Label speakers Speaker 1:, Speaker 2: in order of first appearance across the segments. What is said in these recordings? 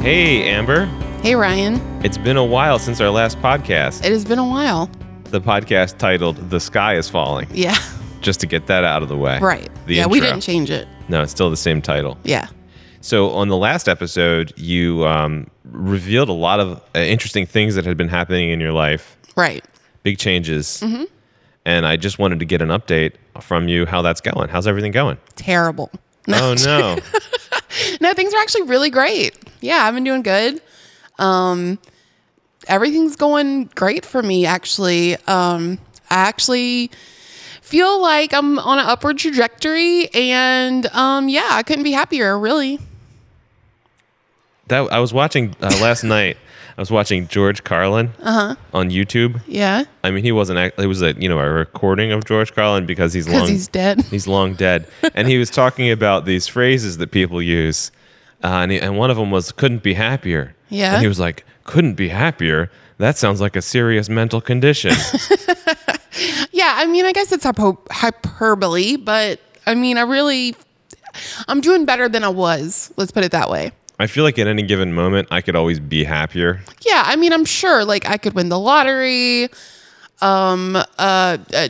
Speaker 1: Hey, Amber.
Speaker 2: Hey, Ryan.
Speaker 1: It's been a while since our last podcast.
Speaker 2: It has been a while.
Speaker 1: The podcast titled The Sky is Falling,
Speaker 2: Yeah.
Speaker 1: just to get that out of the way.
Speaker 2: Right.
Speaker 1: The
Speaker 2: yeah, we
Speaker 1: intro.
Speaker 2: didn't change it.
Speaker 1: No, it's still the same title.
Speaker 2: Yeah.
Speaker 1: So, on the last episode, you um, revealed a lot of uh, interesting things that had been happening in your life,
Speaker 2: Right.
Speaker 1: big changes.
Speaker 2: Mm-hmm.
Speaker 1: And I just wanted to get an update from you how that's going. How's everything going?
Speaker 2: Terrible.
Speaker 1: Oh,
Speaker 2: No,
Speaker 1: no.
Speaker 2: no, things are actually really great. Yeah, I've been doing good. Um, everything's going great for me, actually. Um, I actually feel like I'm on an upward trajectory, and um, yeah, I couldn't be happier, really.
Speaker 1: that I was watching uh, last night. I was watching George Carlin
Speaker 2: Uh-huh.
Speaker 1: on YouTube.
Speaker 2: Yeah,
Speaker 1: I mean, he wasn't. act- It was a you know a recording of George Carlin because he's long
Speaker 2: because he's dead.
Speaker 1: he's long dead, and he was talking about these phrases that people use, uh, and, he, and one of them was "couldn't be happier."
Speaker 2: Yeah.
Speaker 1: and he was like, "Couldn't be happier." That sounds like a serious mental condition.
Speaker 2: Yeah, I mean, I guess it's hypo- hyperbole, but I mean, I really, I'm doing better than I was. Let's put it that way.
Speaker 1: I feel like at any given moment, I could always be happier.
Speaker 2: Yeah, I mean, I'm sure like I could win the lottery. Um, uh, uh, uh,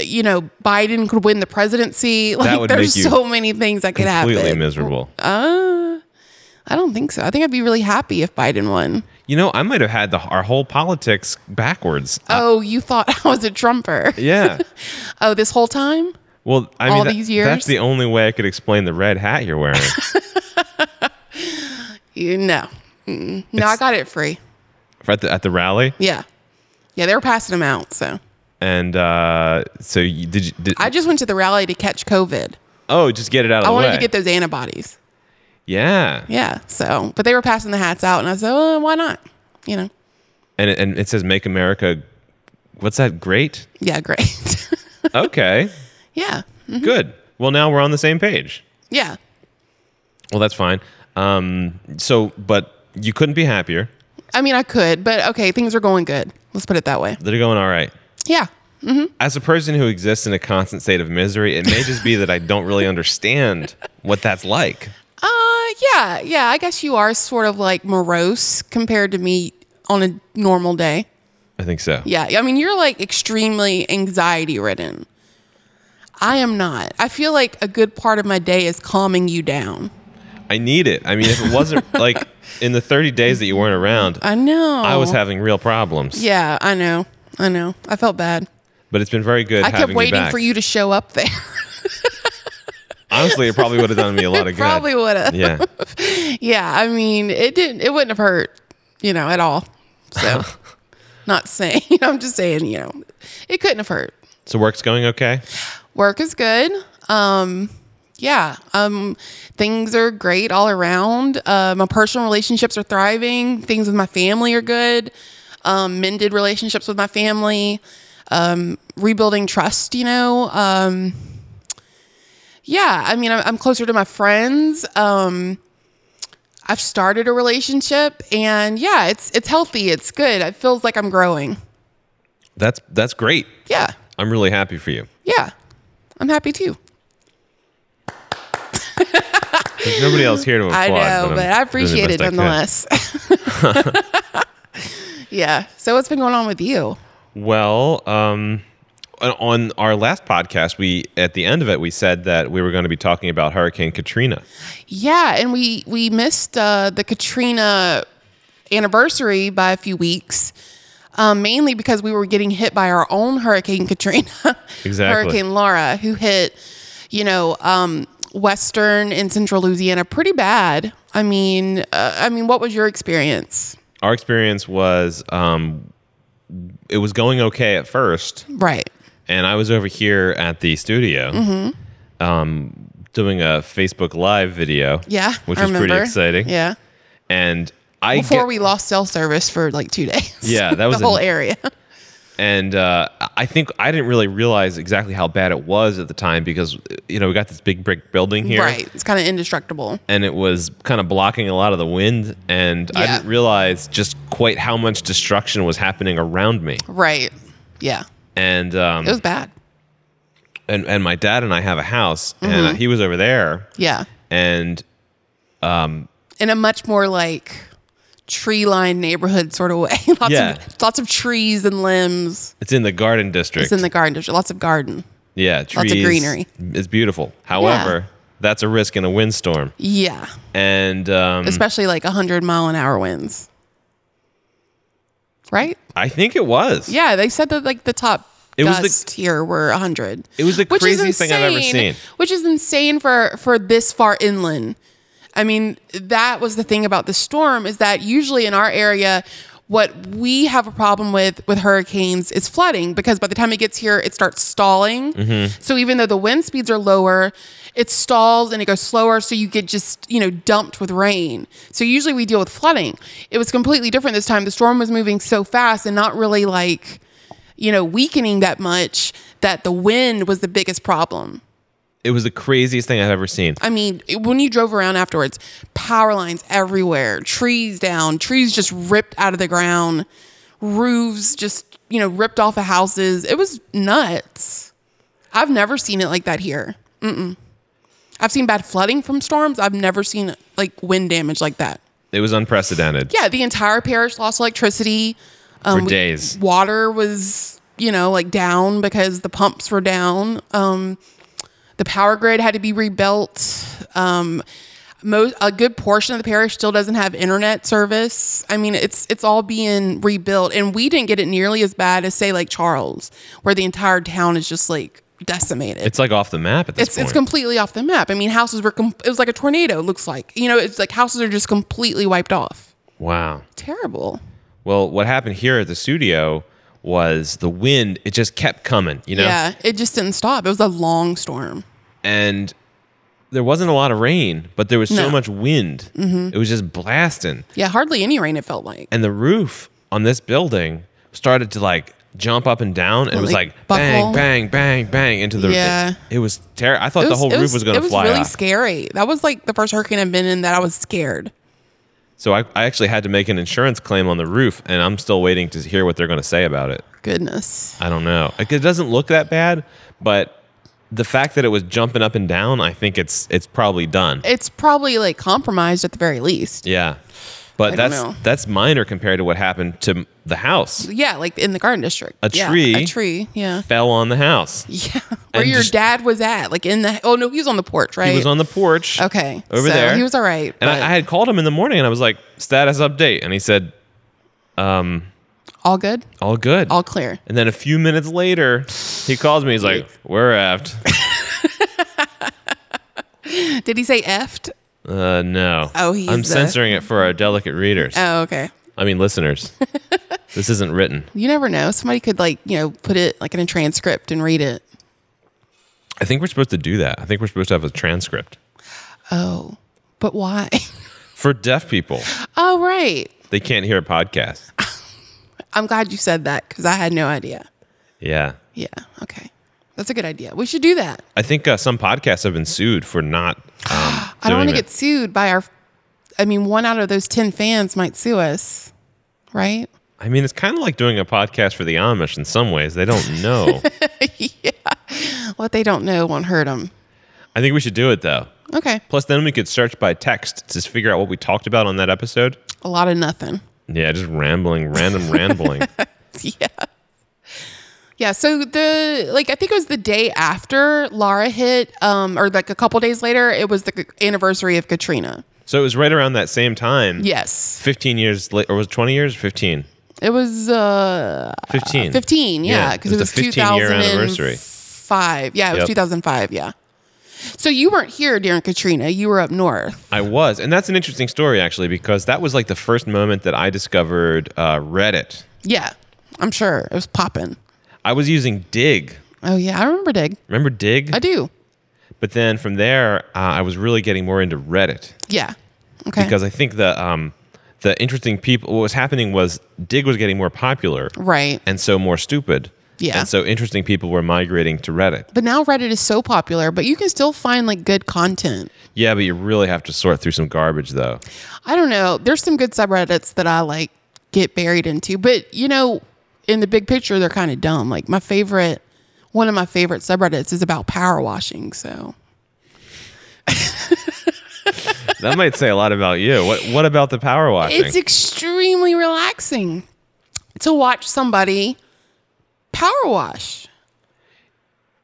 Speaker 2: you know, Biden could win the presidency. Like,
Speaker 1: would
Speaker 2: there's
Speaker 1: make you
Speaker 2: so many things that could
Speaker 1: Completely
Speaker 2: happen.
Speaker 1: miserable.
Speaker 2: I don't think so. I think I'd be really happy if Biden won.
Speaker 1: you know, I might have had the, our whole politics backwards.
Speaker 2: oh, you thought I was a Trumper?
Speaker 1: yeah.
Speaker 2: Oh, this whole time?
Speaker 1: Well, I mean,
Speaker 2: All
Speaker 1: that-
Speaker 2: these years?
Speaker 1: that's the only way I could explain the red hat you're wearing.
Speaker 2: You no, Mm-mm. no, I got it free.
Speaker 1: at the at the rally,
Speaker 2: Yeah, yeah, they were passing them out. So
Speaker 1: and uh, so you, did you? Did,
Speaker 2: I just went to the rally to catch COVID.
Speaker 1: oh, just get it out of
Speaker 2: I
Speaker 1: the way.
Speaker 2: wanted to get those antibodies.
Speaker 1: yeah,
Speaker 2: Yeah. So, but they were passing the hats out, and I said, well, why not? You know.
Speaker 1: and it, and it says "Make America." What's that? Great.
Speaker 2: Yeah, great.
Speaker 1: Okay,
Speaker 2: yeah.
Speaker 1: good. Well, now we're on the same page.
Speaker 2: Yeah.
Speaker 1: Well, that's fine. Um, so, but you couldn't be happier.
Speaker 2: I mean, I could, but okay, things are going good. Let's put it that way.
Speaker 1: They're going all right.
Speaker 2: Yeah.
Speaker 1: As a person who exists in a constant state of misery, it may just be that I don't really understand what that's like.
Speaker 2: Uh, yeah. Yeah. I guess you are sort of like morose compared to me on a normal day.
Speaker 1: I think so.
Speaker 2: Yeah. I mean, you're like extremely anxiety ridden. I am not. I feel like a good part of my day is calming you down.
Speaker 1: I need it. I mean, if it wasn't like in the 30 days that you weren't around,
Speaker 2: I know.
Speaker 1: I was having real problems.
Speaker 2: Yeah, I know. I know. I felt bad.
Speaker 1: But it's been very good
Speaker 2: I
Speaker 1: having
Speaker 2: kept waiting
Speaker 1: you back.
Speaker 2: for you to show up there.
Speaker 1: Honestly, it probably would have done me a lot of good.
Speaker 2: Probably would have.
Speaker 1: Yeah.
Speaker 2: Yeah, I mean, it didn't. It wouldn't have hurt, you know, at all. So, not saying. You know, I'm just saying. You know, it couldn't have hurt.
Speaker 1: So work's going okay?
Speaker 2: Work is good. Um, yeah. Um, things are great all around. Uh, my personal relationships are thriving. Things with my family are good. Um, mended relationships with my family. Um, rebuilding trust. You know. Um, yeah. I mean, I'm, I'm closer to my friends. Um, I've started a relationship, and yeah, it's it's healthy. It's good. It feels like I'm growing.
Speaker 1: That's that's great.
Speaker 2: Yeah.
Speaker 1: I'm really happy for you.
Speaker 2: Yeah. I'm happy too.
Speaker 1: There's nobody else here to applaud.
Speaker 2: I know,
Speaker 1: I'm
Speaker 2: but,
Speaker 1: doing
Speaker 2: I
Speaker 1: the
Speaker 2: appreciate
Speaker 1: best
Speaker 2: it
Speaker 1: I could.
Speaker 2: nonetheless. yeah. So what's been going on with you?
Speaker 1: Well, um, on on our last podcast, we at the end of it, we said that we were going to be talking about Hurricane Katrina.
Speaker 2: Yeah, and we we missed uh, the Katrina anniversary by a few weeks, um, mainly because we were getting hit by our own Hurricane Katrina,
Speaker 1: Exactly.
Speaker 2: Hurricane Laura, who hit, you know, um, Western and Central Louisiana pretty bad. I mean, uh, I mean, what was your experience?
Speaker 1: Our experience was um, it was going okay at first,
Speaker 2: Right.
Speaker 1: and I was over here at the studio
Speaker 2: Mm-hmm.
Speaker 1: um, doing a Facebook Live video.
Speaker 2: Yeah.
Speaker 1: which
Speaker 2: I
Speaker 1: was pretty
Speaker 2: remember.
Speaker 1: exciting.
Speaker 2: Yeah.
Speaker 1: And I
Speaker 2: before
Speaker 1: get-
Speaker 2: we lost cell service for like two days.
Speaker 1: Yeah, that was
Speaker 2: the whole
Speaker 1: an-
Speaker 2: area.
Speaker 1: and uh, I think I didn't really realize exactly how bad it was at the time because you know we got this big brick building here,
Speaker 2: Right, it's kind of indestructible.
Speaker 1: and it was kind of blocking a lot of the wind, and I
Speaker 2: Yeah.
Speaker 1: didn't realize just quite how much destruction was happening around me.
Speaker 2: Right. Yeah,
Speaker 1: And um,
Speaker 2: it was bad.
Speaker 1: and and my
Speaker 2: Mm-hmm.
Speaker 1: dad and I have a house, and uh, he was over there,
Speaker 2: Yeah,
Speaker 1: and
Speaker 2: in a much more like tree lined neighborhood sort of way. lots
Speaker 1: Yeah.
Speaker 2: of lots of trees and limbs.
Speaker 1: It's in the garden district.
Speaker 2: It's in the garden district. Lots of garden.
Speaker 1: yeah,
Speaker 2: of
Speaker 1: trees.
Speaker 2: greenery.
Speaker 1: It's beautiful. However, that's a risk in a windstorm.
Speaker 2: Yeah.
Speaker 1: And um,
Speaker 2: Especially like hundred mile an hour winds. Right?
Speaker 1: I think it was.
Speaker 2: Yeah, they said that like the top
Speaker 1: It was the-
Speaker 2: gusts here were 100.
Speaker 1: It was the
Speaker 2: which is
Speaker 1: craziest thing I've ever seen.
Speaker 2: insane, Which is insane for for this far inland. I mean, that was the thing about the storm is that usually in our area what we have a problem with with hurricanes is flooding because by the time it gets here it starts stalling.
Speaker 1: Mm-hmm.
Speaker 2: So even though the wind speeds are lower, it stalls and it goes slower so you get just, you know, dumped with rain. So usually we deal with flooding. It was completely different this time. The storm was moving so fast and not really like you know, weakening that much that the wind was the biggest problem.
Speaker 1: It was the craziest thing I've ever seen.
Speaker 2: I mean, it- when you drove around afterwards, power lines everywhere, trees down, trees just ripped out of the ground, roofs just, you know, ripped off of houses. It was nuts. I've never seen it like that here. Mm-mm. I've seen bad flooding from storms. I've never seen like wind damage like that.
Speaker 1: It was unprecedented.
Speaker 2: Yeah, the entire parish lost electricity. Um,
Speaker 1: For days.
Speaker 2: Water was, you know, like down because the pumps were down. Um, the power grid had to be rebuilt. Um, most, a good portion of the parish still doesn't have internet service. I mean, it's it's all being rebuilt, and we didn't get it nearly as bad as say like Charles, where the entire town is just like decimated
Speaker 1: It's like off the map at this
Speaker 2: it's
Speaker 1: point.
Speaker 2: it's completely off the map. I mean, houses were com- it was like a tornado. it Looks like you know, it's like houses are just completely wiped off.
Speaker 1: wow.
Speaker 2: Terrible.
Speaker 1: Well, what happened here at the studio was the wind, it just kept coming, you know?
Speaker 2: Yeah, it just didn't stop. It was a long storm.
Speaker 1: And there wasn't a lot of rain, but there was so
Speaker 2: No. Mm-hmm.
Speaker 1: much wind. It was just blasting.
Speaker 2: Yeah, hardly any rain. It felt like
Speaker 1: And the roof on this building started to like jump up and down. And it was
Speaker 2: like,
Speaker 1: like bang,
Speaker 2: buckle?
Speaker 1: bang, bang, bang into the
Speaker 2: Yeah.
Speaker 1: It, it was terrible. I thought
Speaker 2: It
Speaker 1: the whole
Speaker 2: it
Speaker 1: roof was, going
Speaker 2: it
Speaker 1: to fly
Speaker 2: really
Speaker 1: off.
Speaker 2: scary. That was like the first hurricane I've been in that I was scared.
Speaker 1: so I, I actually had to make an insurance claim on the roof, and I'm still waiting to hear what they're going to say about it.
Speaker 2: Goodness.
Speaker 1: I don't know. Like, it doesn't look that bad, but the fact that it was jumping up and down, I think it's it's probably done.
Speaker 2: It's probably like compromised at the very least.
Speaker 1: Yeah, but
Speaker 2: I don't
Speaker 1: that's
Speaker 2: know.
Speaker 1: that's minor compared to what happened to m- the house.
Speaker 2: Yeah, like in the garden district.
Speaker 1: A
Speaker 2: Yeah,
Speaker 1: tree.
Speaker 2: a tree. Yeah.
Speaker 1: Fell on the house.
Speaker 2: Yeah. Where
Speaker 1: And
Speaker 2: your
Speaker 1: just-
Speaker 2: dad was at, like in the oh no, he was on the porch, right?
Speaker 1: He was on the porch.
Speaker 2: Okay.
Speaker 1: over
Speaker 2: so
Speaker 1: there.
Speaker 2: He was all right.
Speaker 1: And I,
Speaker 2: but
Speaker 1: I had called him in the morning, and I was like, "Status update," and he said,
Speaker 2: all good,
Speaker 1: "All good."
Speaker 2: all clear.
Speaker 1: and then a few minutes later, he calls me. He's like, "We're effed."
Speaker 2: Did he say effed?
Speaker 1: Uh, no.
Speaker 2: Oh, he's
Speaker 1: I'm
Speaker 2: the-
Speaker 1: censoring it for our delicate readers.
Speaker 2: Oh, okay.
Speaker 1: I mean, listeners. this isn't written.
Speaker 2: You never know. Somebody could like, you know, put it like in a transcript and read it.
Speaker 1: I think we're supposed to do that. I think we're supposed to have a transcript
Speaker 2: Oh, but why?
Speaker 1: for deaf people.
Speaker 2: oh, right.
Speaker 1: They can't hear a podcast.
Speaker 2: I'm glad you said that because I had no idea.
Speaker 1: Yeah.
Speaker 2: Yeah. Okay. That's a good idea. We should do that.
Speaker 1: I think uh, some podcasts have been sued for not. Um,
Speaker 2: I don't
Speaker 1: doing
Speaker 2: want to
Speaker 1: it.
Speaker 2: get sued by our, I mean, one out of those 10 fans might sue us, right?
Speaker 1: I mean, it's kind of like doing a podcast for the Amish in some ways. They don't know.
Speaker 2: What they don't know won't hurt them.
Speaker 1: I think we should do it though.
Speaker 2: Okay.
Speaker 1: Plus, then we could search by text to figure out what we talked about on that episode.
Speaker 2: A lot of nothing.
Speaker 1: Yeah, just rambling, random rambling.
Speaker 2: yeah. Yeah, so the like I think it was the day after Laura hit, um, or like a couple days later, it was the anniversary of Katrina.
Speaker 1: So it was right around that same time.
Speaker 2: Yes,
Speaker 1: 15 years later, or was it 20 years? 15.
Speaker 2: it was uh,
Speaker 1: 15.
Speaker 2: fifteen. Yeah,
Speaker 1: Yeah,
Speaker 2: because
Speaker 1: it
Speaker 2: it
Speaker 1: was
Speaker 2: was,
Speaker 1: the
Speaker 2: two
Speaker 1: 15 year
Speaker 2: thousand
Speaker 1: anniversary.
Speaker 2: and five. Yeah, it
Speaker 1: Yep.
Speaker 2: was two thousand five. Yeah. So you weren't here during Katrina. You were up north.
Speaker 1: I was. And that's an interesting story, actually, because that was like the first moment that I discovered uh, Reddit.
Speaker 2: Yeah, I'm sure it was popping.
Speaker 1: I was using Dig.
Speaker 2: Oh yeah, I remember Dig.
Speaker 1: Remember Dig?
Speaker 2: I do.
Speaker 1: But then from there, uh, I was really getting more into Reddit
Speaker 2: Yeah. Okay.
Speaker 1: because I think the um, the interesting people. What was happening was Dig was getting more popular,
Speaker 2: right.
Speaker 1: and so more stupid.
Speaker 2: Yeah.
Speaker 1: And so interesting people were migrating to Reddit.
Speaker 2: But now Reddit is so popular, but you can still find like good content.
Speaker 1: Yeah, but you really have to sort through some garbage, though.
Speaker 2: I don't know. There's some good subreddits that I like get buried into, but you know, in the big picture, they're kind of dumb. Like my favorite, one of my favorite subreddits is about power washing. So
Speaker 1: That might say a lot about you. What What about the power washing?
Speaker 2: It's extremely relaxing to watch somebody power wash.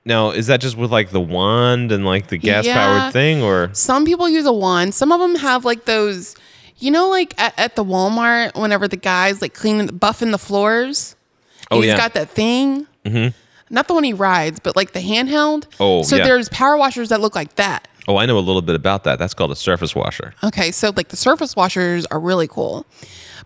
Speaker 1: now, is that just with like the wand and like the gas
Speaker 2: Yeah.
Speaker 1: powered thing, or
Speaker 2: Some people use a wand. Some of them have like those, you know, like at, at the Walmart whenever the guys like cleaning, buffing the floors.
Speaker 1: Oh,
Speaker 2: he's
Speaker 1: yeah.
Speaker 2: got that thing. Mm-hmm. Not the one he rides, but like the handheld.
Speaker 1: Oh,
Speaker 2: so
Speaker 1: yeah.
Speaker 2: there's power washers that look like that.
Speaker 1: oh, I know a little bit about that. That's called a surface washer.
Speaker 2: Okay, so like the surface washers are really cool,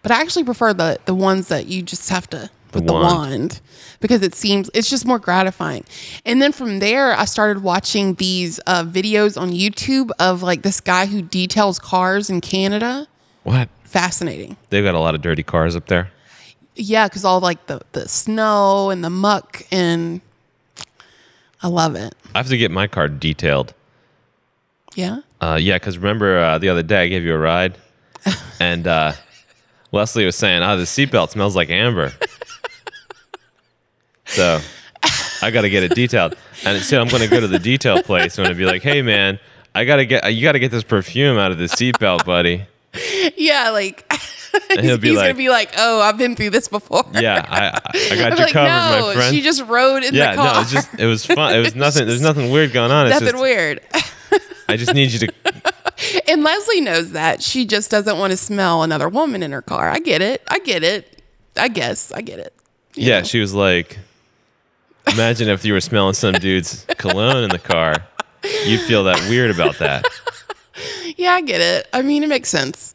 Speaker 2: but I actually prefer the the ones that you just have to with the
Speaker 1: wand.
Speaker 2: wand because it seems it's just more gratifying. And then from there, I started watching these uh, videos on YouTube of like this guy who details cars in Canada.
Speaker 1: What?
Speaker 2: Fascinating,
Speaker 1: They've got a lot of dirty cars up there.
Speaker 2: yeah, because all like the the snow and the muck and I love it.
Speaker 1: I have to get my car detailed.
Speaker 2: Yeah,
Speaker 1: Uh, yeah, because remember uh, the other day I gave you a ride, and uh, Leslie was saying, "Oh, the seatbelt smells like amber." so I got to get it detailed, and so I'm going to go to the detail place. and I'm going to be like, "Hey, man, I got to get you got to get this perfume out of the seatbelt, buddy."
Speaker 2: yeah, like.
Speaker 1: he'll be
Speaker 2: he's gonna
Speaker 1: like-
Speaker 2: be like, "Oh, I've been through this before."
Speaker 1: Yeah, I I I got
Speaker 2: I'm
Speaker 1: you
Speaker 2: like,
Speaker 1: covered,
Speaker 2: no,
Speaker 1: my friend.
Speaker 2: she just rode in
Speaker 1: yeah,
Speaker 2: the car.
Speaker 1: no, it's just it was fun. It was nothing. There's nothing weird going on. It's
Speaker 2: nothing
Speaker 1: just
Speaker 2: weird.
Speaker 1: I just need you to
Speaker 2: and Leslie knows that. She just doesn't want to smell another woman in her car. I get it. I get it. I guess I get it. you
Speaker 1: Yeah,
Speaker 2: know?
Speaker 1: she was like, imagine if you were smelling some dude's cologne in the car. You'd feel that weird about that.
Speaker 2: Yeah, I get it. I mean, it makes sense.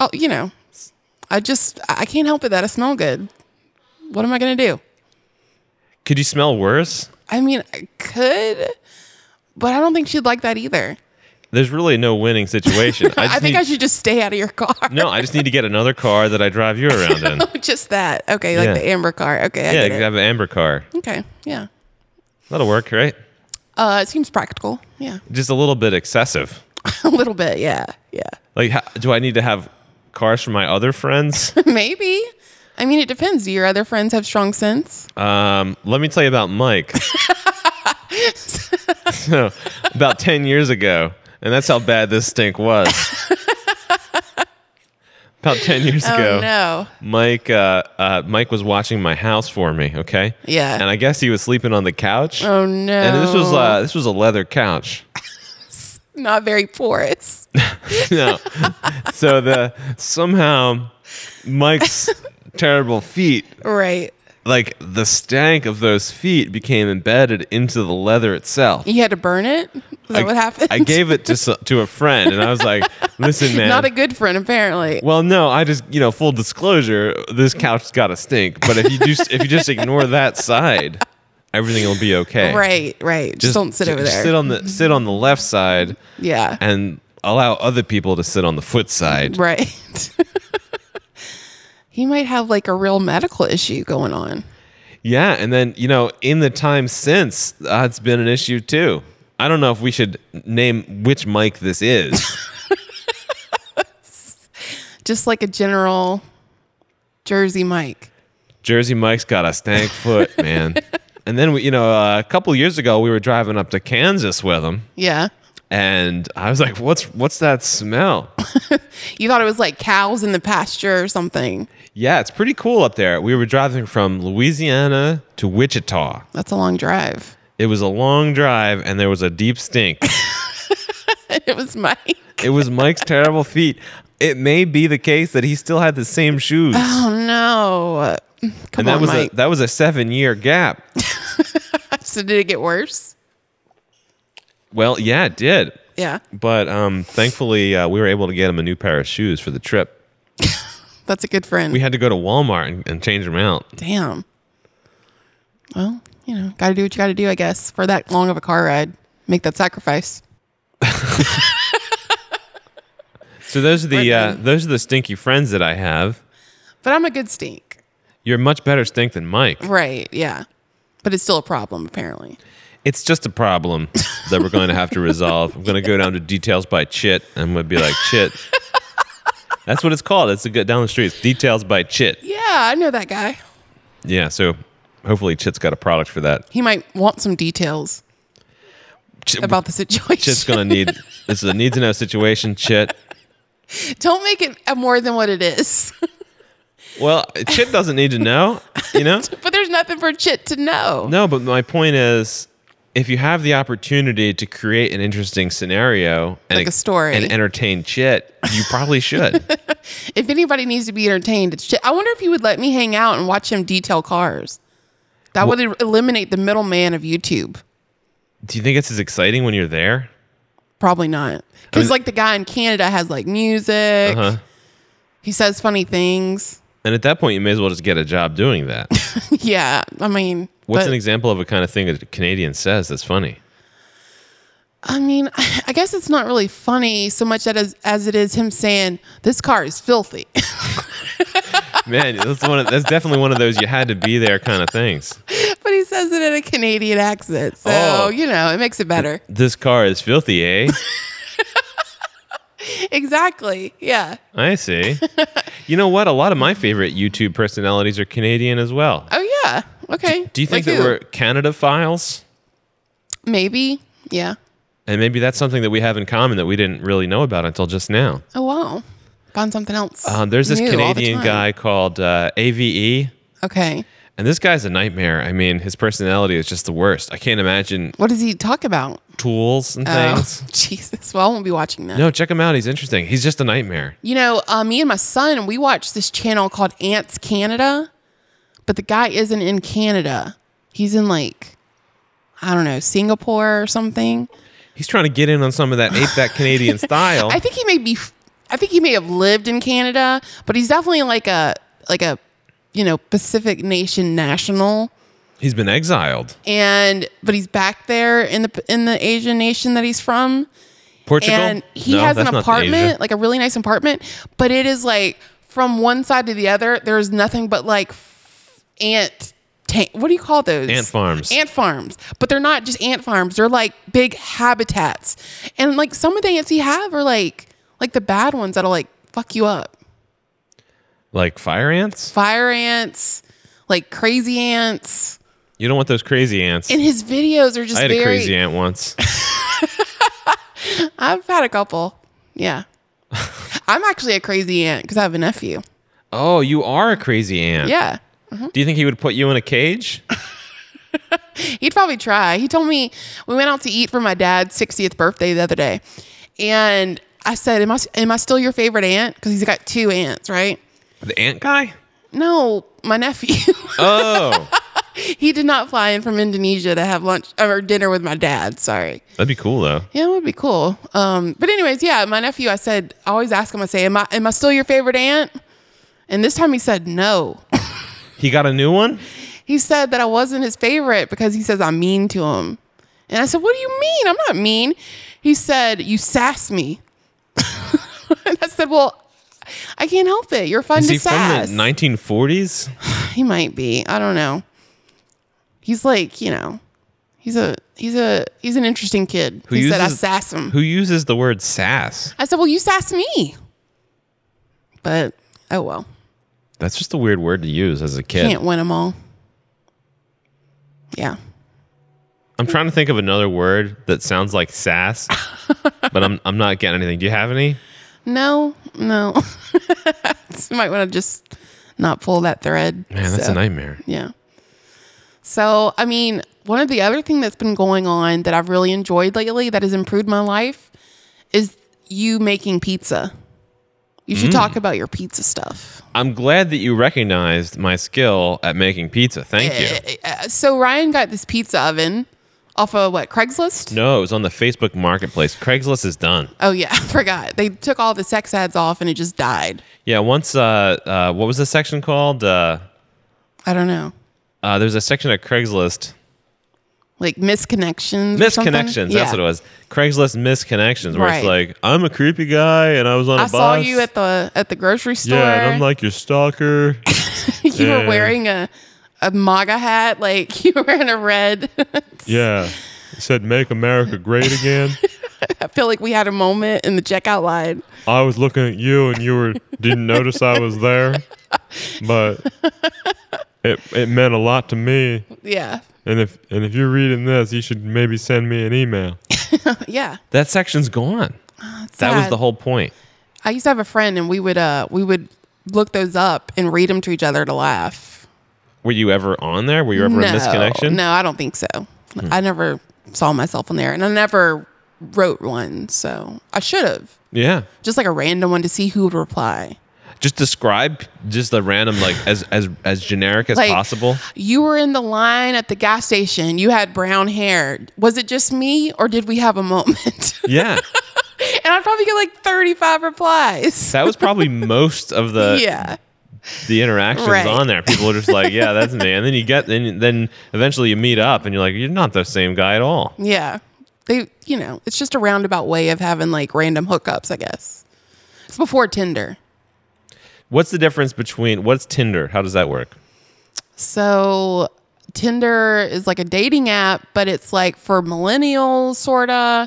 Speaker 2: Oh, you know, I just I I can't help it that I smell good. What am I gonna do?
Speaker 1: Could you smell worse?
Speaker 2: I mean, I could, but I don't think she'd like that either.
Speaker 1: There's really no winning situation.
Speaker 2: I,
Speaker 1: just
Speaker 2: think
Speaker 1: need,
Speaker 2: I should just stay out of your car.
Speaker 1: No, I just need to get another car that I drive you around in.
Speaker 2: just that. Okay, like
Speaker 1: Yeah.
Speaker 2: the amber car. Okay, I
Speaker 1: yeah,
Speaker 2: get
Speaker 1: I
Speaker 2: it.
Speaker 1: have an amber car.
Speaker 2: Okay, yeah.
Speaker 1: That'll work, right?
Speaker 2: Uh, it seems practical. Yeah,
Speaker 1: Just a little bit excessive.
Speaker 2: a little bit. Yeah, yeah.
Speaker 1: Like, how, do I need to have cars from my other friends?
Speaker 2: Maybe. I mean, it depends. Do your other friends have strong sense?
Speaker 1: Um, let me tell you about Mike. so, about 10 years ago, and that's how bad this stink was. about 10 years ago,
Speaker 2: Oh no.
Speaker 1: Mike uh, uh, Mike was watching my house for me, okay?
Speaker 2: Yeah.
Speaker 1: And I guess he was sleeping on the couch.
Speaker 2: Oh no.
Speaker 1: And this was uh, this was a leather couch.
Speaker 2: not very porous.
Speaker 1: no. So the somehow Mike's terrible feet
Speaker 2: right.
Speaker 1: like the stank of those feet became embedded into the leather itself.
Speaker 2: You had to burn it. Is that
Speaker 1: I,
Speaker 2: what happened?
Speaker 1: I gave it to s- to a friend, and I was like, "Listen, man.
Speaker 2: Not a good friend, apparently.
Speaker 1: well, no, I just you know, full disclosure, this couch's got to stink. But if you just if you just ignore that side, everything will be okay.
Speaker 2: Right, right. Just, don't sit
Speaker 1: ju-
Speaker 2: over
Speaker 1: just
Speaker 2: there.
Speaker 1: Sit on the sit on the left side,
Speaker 2: yeah.
Speaker 1: and allow other people to sit on the foot side.
Speaker 2: right. he might have like a real medical issue going on.
Speaker 1: Yeah, and then you know, in the time since, uh, it's been an issue too. I don't know if we should name which Mike this is.
Speaker 2: Just like a general Jersey Mike.
Speaker 1: Jersey Mike's got a stank foot, man. And then we, you know, uh, a couple years ago, we were driving up to Kansas with him,
Speaker 2: Yeah.
Speaker 1: and I was like, "What's what's that smell?"
Speaker 2: You thought it was like cows in the pasture or something.
Speaker 1: yeah, it's pretty cool up there. We were driving from Louisiana to Wichita.
Speaker 2: That's a long drive.
Speaker 1: It was a long drive, and there was a deep stink.
Speaker 2: it was Mike.
Speaker 1: it was Mike's terrible feet. It may be the case that he still had the same shoes,
Speaker 2: Oh no. Come
Speaker 1: and that
Speaker 2: on,
Speaker 1: was
Speaker 2: Mike.
Speaker 1: a that was a seven year gap.
Speaker 2: so did it get worse?
Speaker 1: Well, yeah, it did.
Speaker 2: Yeah.
Speaker 1: But um, thankfully, uh, we were able to get him a new pair of shoes for the trip.
Speaker 2: That's a good friend.
Speaker 1: We had to go to Walmart and, and change them out.
Speaker 2: Damn. Well, you know, got to do what you got to do, I guess, for that long of a car ride. Make that sacrifice.
Speaker 1: So those are the uh,
Speaker 2: Right, man.
Speaker 1: those are the stinky friends that I have.
Speaker 2: But I'm a good stink.
Speaker 1: You're much better stink than Mike.
Speaker 2: Right. Yeah. But it's still a problem, apparently.
Speaker 1: It's just a problem that we're going to have to resolve. I'm going to go down to details by Chit. I'm going to be like Chit. That's what it's called. It's a good down the street. It's details by Chit.
Speaker 2: Yeah, I know that guy.
Speaker 1: Yeah. So hopefully Chit's got a product for that.
Speaker 2: He might want some details.
Speaker 1: Ch-
Speaker 2: about the situation.
Speaker 1: Chit's gonna need. This is a need to know situation, Chit.
Speaker 2: Don't make it more than what it is.
Speaker 1: Well, Chit doesn't need to know, you know.
Speaker 2: but there's nothing for Chit to know.
Speaker 1: No, but my point is, if you have the opportunity to create an interesting scenario and e-
Speaker 2: Like a story.
Speaker 1: and entertain Chit, you probably should.
Speaker 2: If anybody needs to be entertained, it's Chit. I wonder if he would let me hang out and watch him detail cars. That would el- eliminate the middleman of YouTube.
Speaker 1: Do you think it's as exciting when you're there?
Speaker 2: Probably not.
Speaker 1: I mean-
Speaker 2: Because, like, the guy in Canada has, like, music.
Speaker 1: Uh-huh.
Speaker 2: He says funny things.
Speaker 1: And at that point, you may as well just get a job doing that.
Speaker 2: yeah. I mean,
Speaker 1: What's
Speaker 2: but-
Speaker 1: an example of a kind of thing that a Canadian says that's funny?
Speaker 2: I mean, I guess it's not really funny so much as, as it is him saying, this car is filthy.
Speaker 1: Man, that's one. Of, that's definitely one of those you had to be there kind of things.
Speaker 2: but he says it in a Canadian accent. So,
Speaker 1: Oh.
Speaker 2: you know, it makes it better.
Speaker 1: This car is filthy, eh?
Speaker 2: exactly. Yeah.
Speaker 1: I see. You know what? A lot of my favorite YouTube personalities are Canadian as well.
Speaker 2: Oh, yeah. Okay.
Speaker 1: Do you think
Speaker 2: Like
Speaker 1: that
Speaker 2: who?
Speaker 1: we're Canada files?
Speaker 2: Maybe. Yeah.
Speaker 1: And maybe that's something that we have in common that we didn't really know about until just now.
Speaker 2: Oh, wow. Found something else.
Speaker 1: Um, there's this
Speaker 2: new all the
Speaker 1: Canadian
Speaker 2: time.
Speaker 1: guy called uh, AVE,
Speaker 2: Okay.
Speaker 1: and this guy's a nightmare. I mean, his personality is just the worst. I can't imagine
Speaker 2: What does he talk about?
Speaker 1: tools and
Speaker 2: Oh,
Speaker 1: things.
Speaker 2: Jesus. Well, I won't be watching that.
Speaker 1: No, check him out. He's interesting. He's just a nightmare.
Speaker 2: You know, uh, me and my son, we watch this channel called Ants Canada, but the guy isn't in Canada. He's in like, I don't know, Singapore or something.
Speaker 1: He's trying to get in on some of that ape that Canadian style.
Speaker 2: I think he may be. I think he may have lived in Canada, but he's definitely like a like a you know Pacific Nation national.
Speaker 1: He's been exiled.
Speaker 2: And but he's back there in the in the Asian nation that he's from,
Speaker 1: Portugal.
Speaker 2: and he
Speaker 1: No,
Speaker 2: has an
Speaker 1: that's not Asia.
Speaker 2: apartment, like a really nice apartment, but it is like from one side to the other, there's nothing but like f- ant. ta- what do you call those?
Speaker 1: Ant farms.
Speaker 2: Ant farms, but they're not just ant farms. They're like big habitats, and like some of the ants he have are like like the bad ones that'll like fuck you up.
Speaker 1: Like fire ants?
Speaker 2: Fire ants, like crazy ants,
Speaker 1: You don't want those crazy ants.
Speaker 2: and his videos are just
Speaker 1: I had
Speaker 2: very.
Speaker 1: a crazy ant once.
Speaker 2: I've had a couple. Yeah, I'm actually a crazy ant because I have a nephew.
Speaker 1: oh, you are a crazy ant.
Speaker 2: Yeah.
Speaker 1: Do you think he would put you in a cage?
Speaker 2: He'd probably try. He told me we went out to eat for my dad's 60th birthday the other day. And I said, Am I, am I still your favorite aunt? Because he's got two aunts, right?
Speaker 1: The ant guy?
Speaker 2: No, my nephew.
Speaker 1: Oh,
Speaker 2: he did not fly in from Indonesia to have lunch or dinner with my dad. Sorry.
Speaker 1: that'd be cool though.
Speaker 2: Yeah, it would be cool. Um, but anyways, yeah, my nephew, I said, I always ask him, I say, Am I am I still your favorite aunt? And this time he said no.
Speaker 1: He got a new one?
Speaker 2: he said that I wasn't his favorite because he says I'm mean to him. And I said, What do you mean? I'm not mean. He said, You sass me. and I said, Well, I can't help it. You're fun
Speaker 1: Is
Speaker 2: to
Speaker 1: he
Speaker 2: sass.
Speaker 1: from the 1940s?
Speaker 2: he might be. I don't know. He's like, you know, he's a he's a he's an interesting kid. he said I sass him.
Speaker 1: Who uses the word sass?
Speaker 2: I said, Well, you sass me. But oh well.
Speaker 1: That's just a weird word to use as a kid.
Speaker 2: Can't win them all. Yeah.
Speaker 1: I'm trying to think of another word that sounds like sass, but I'm I'm not getting anything. Do you have any?
Speaker 2: No, no. So you might want to just not pull that thread.
Speaker 1: Man, that's
Speaker 2: So,
Speaker 1: a nightmare.
Speaker 2: Yeah. So, I mean, one of the other thing that's been going on that I've really enjoyed lately that has improved my life is you making pizza. You
Speaker 1: Mm.
Speaker 2: should talk about your pizza stuff.
Speaker 1: I'm glad that you recognized my skill at making pizza. Thank you.
Speaker 2: Uh, So Ryan got this pizza oven off of what Craigslist?
Speaker 1: No, it was on the Facebook Marketplace. Craigslist is done.
Speaker 2: Oh yeah, I forgot. They took all the sex ads off and it just died.
Speaker 1: Yeah, once uh, uh what was the section called? Uh,
Speaker 2: I don't know.
Speaker 1: uh there's a section at Craigslist.
Speaker 2: Like misconnections. or something?
Speaker 1: Misconnections, that's what it was. Craigslist misconnections where it's
Speaker 2: Right.
Speaker 1: like, I'm a creepy guy and I was on a
Speaker 2: I
Speaker 1: bus.
Speaker 2: saw you at the at the grocery store.
Speaker 1: Yeah, and I'm like your stalker.
Speaker 2: you
Speaker 1: yeah.
Speaker 2: were wearing a a MAGA hat, like you were in a red.
Speaker 1: yeah. It said make America great again.
Speaker 2: I feel like we had a moment in the checkout line.
Speaker 1: I was looking at you and you were didn't notice I was there. But
Speaker 3: it, it meant a lot to me.
Speaker 2: yeah.
Speaker 3: And if and if you're reading this, you should maybe send me an email.
Speaker 2: Yeah.
Speaker 1: That section's gone. that was
Speaker 2: sad.
Speaker 1: the whole point.
Speaker 2: I used to have a friend and we would uh we would look those up and read them to each other to laugh.
Speaker 1: Were you ever on there? Were you ever Hmm.
Speaker 2: no,
Speaker 1: in this connection?
Speaker 2: No, I don't think so. I never saw myself on there and I never wrote one, so I should have.
Speaker 1: Yeah.
Speaker 2: Just like a random one to see who would reply.
Speaker 1: Just describe just the random like as as as generic as
Speaker 2: Like,
Speaker 1: possible.
Speaker 2: You were in the line at the gas station. You had brown hair. Was it just me or did we have a moment?
Speaker 1: Yeah.
Speaker 2: and I'd probably get like 35 replies.
Speaker 1: that was probably most of the
Speaker 2: yeah.
Speaker 1: the interactions
Speaker 2: Right.
Speaker 1: on there. People are just like, yeah, that's me. And then you get then then eventually you meet up and you're like, you're not the same guy at all.
Speaker 2: Yeah. They, you know, it's just a roundabout way of having like random hookups, I guess. It's before Tinder.
Speaker 1: What's the difference between what's Tinder? How does that work?
Speaker 2: So Tinder is like a dating app, but it's like for millennials, sort of.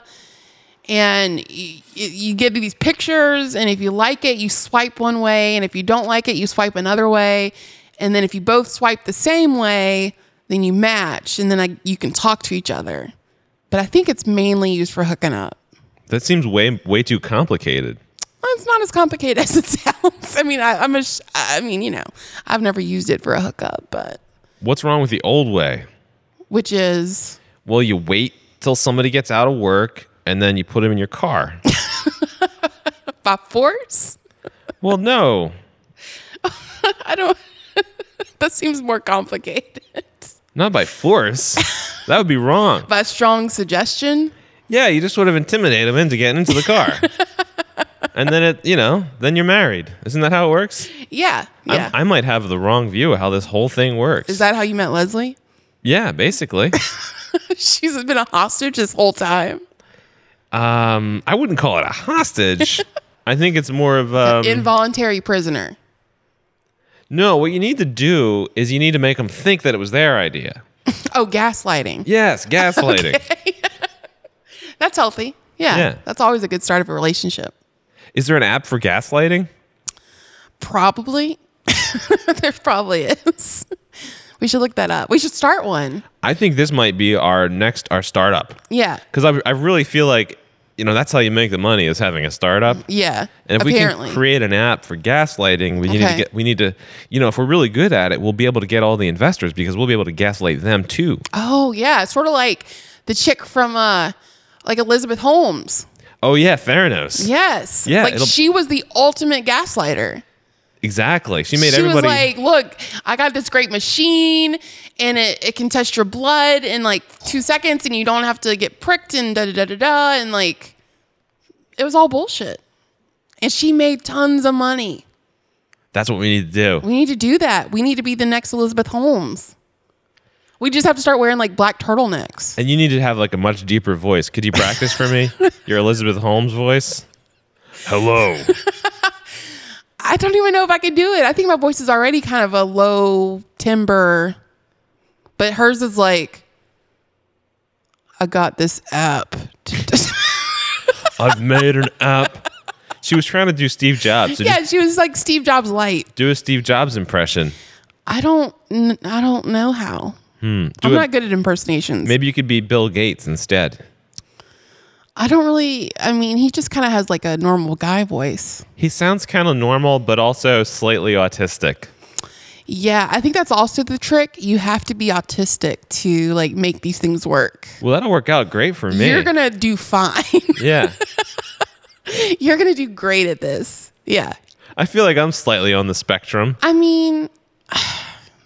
Speaker 2: And you, you get these pictures, and if you like it, you swipe one way. And if you don't like it, you swipe another way. And then if you both swipe the same way, then you match, and then I, you can talk to each other. But I think it's mainly used for hooking up.
Speaker 1: That seems way way too complicated.
Speaker 2: Well, it's not as complicated as it sounds. I mean, I, I'm a, sh- I mean, you know, I've never used it for a hookup, but
Speaker 1: What's wrong with the old way?
Speaker 2: which is
Speaker 1: Well, you wait till somebody gets out of work and then you put them in your car.
Speaker 2: by force.
Speaker 1: well, no.
Speaker 2: I don't. that seems more complicated.
Speaker 1: Not by force. That would be wrong.
Speaker 2: By strong suggestion.
Speaker 1: Yeah, you just sort of intimidate them into getting into the car. and then it, you know, then you're married. Isn't that how it works?
Speaker 2: Yeah,
Speaker 1: I'm-
Speaker 2: yeah.
Speaker 1: I might have the wrong view of how this whole thing works.
Speaker 2: is that how you met Leslie?
Speaker 1: yeah, basically.
Speaker 2: She's been a hostage this whole time.
Speaker 1: um, I wouldn't call it a hostage. I think it's more of um,
Speaker 2: Involuntary prisoner.
Speaker 1: no. What you need to do is you need to make them think that it was their idea.
Speaker 2: Oh, gaslighting.
Speaker 1: Yes, gaslighting.
Speaker 2: That's healthy. Yeah,
Speaker 1: Yeah.
Speaker 2: That's always a good start of a relationship.
Speaker 1: Is there an app for gaslighting?
Speaker 2: Probably. there probably is. We should look that up. We should start one.
Speaker 1: I think this might be our next our startup
Speaker 2: Yeah.
Speaker 1: because I, I really feel like you know that's how you make the money is having a startup.
Speaker 2: Yeah.
Speaker 1: And if
Speaker 2: apparently.
Speaker 1: we can create an app for gaslighting, we need to
Speaker 2: Okay.
Speaker 1: get we need to you know if we're really good at it, we'll be able to get all the investors because we'll be able to gaslight them too.
Speaker 2: oh yeah, sort of like the chick from uh like Elizabeth Holmes.
Speaker 1: Oh yeah, Theranos.
Speaker 2: Yes.
Speaker 1: Yeah,
Speaker 2: Like
Speaker 1: it'll-
Speaker 2: she was the ultimate gaslighter.
Speaker 1: Exactly. She made
Speaker 2: she
Speaker 1: everybody
Speaker 2: was like, "Look, I got this great machine, and it, it can test your blood in like two seconds, and you don't have to get pricked and da da da da da." And like, it was all bullshit. And she made tons of money.
Speaker 1: that's what we need to do.
Speaker 2: We need to do that. We need to be the next Elizabeth Holmes. We just have to start wearing like black turtlenecks.
Speaker 1: And you need to have like a much deeper voice. Could you practice for me your Elizabeth Holmes voice? Hello.
Speaker 2: I don't even know if I could do it. I think my voice is already kind of a low timber, but hers is like, I got this app.
Speaker 1: I've made an app. She was trying to do Steve Jobs. So
Speaker 2: yeah,
Speaker 1: just
Speaker 2: she was like Steve Jobs light.
Speaker 1: do a Steve Jobs impression.
Speaker 2: I don't, n- I don't know how. I'm
Speaker 1: it-
Speaker 2: not good at impersonations.
Speaker 1: Maybe you could be Bill Gates instead.
Speaker 2: I don't really. I mean, he just kind of has like a normal guy voice.
Speaker 1: He sounds kind of normal, but also slightly autistic.
Speaker 2: Yeah, I think that's also the trick. You have to be autistic to like make these things work.
Speaker 1: Well, that'll work out great for me.
Speaker 2: You're gonna do fine.
Speaker 1: yeah.
Speaker 2: You're gonna do great at this. Yeah.
Speaker 1: I feel like I'm slightly on the spectrum.
Speaker 2: I mean,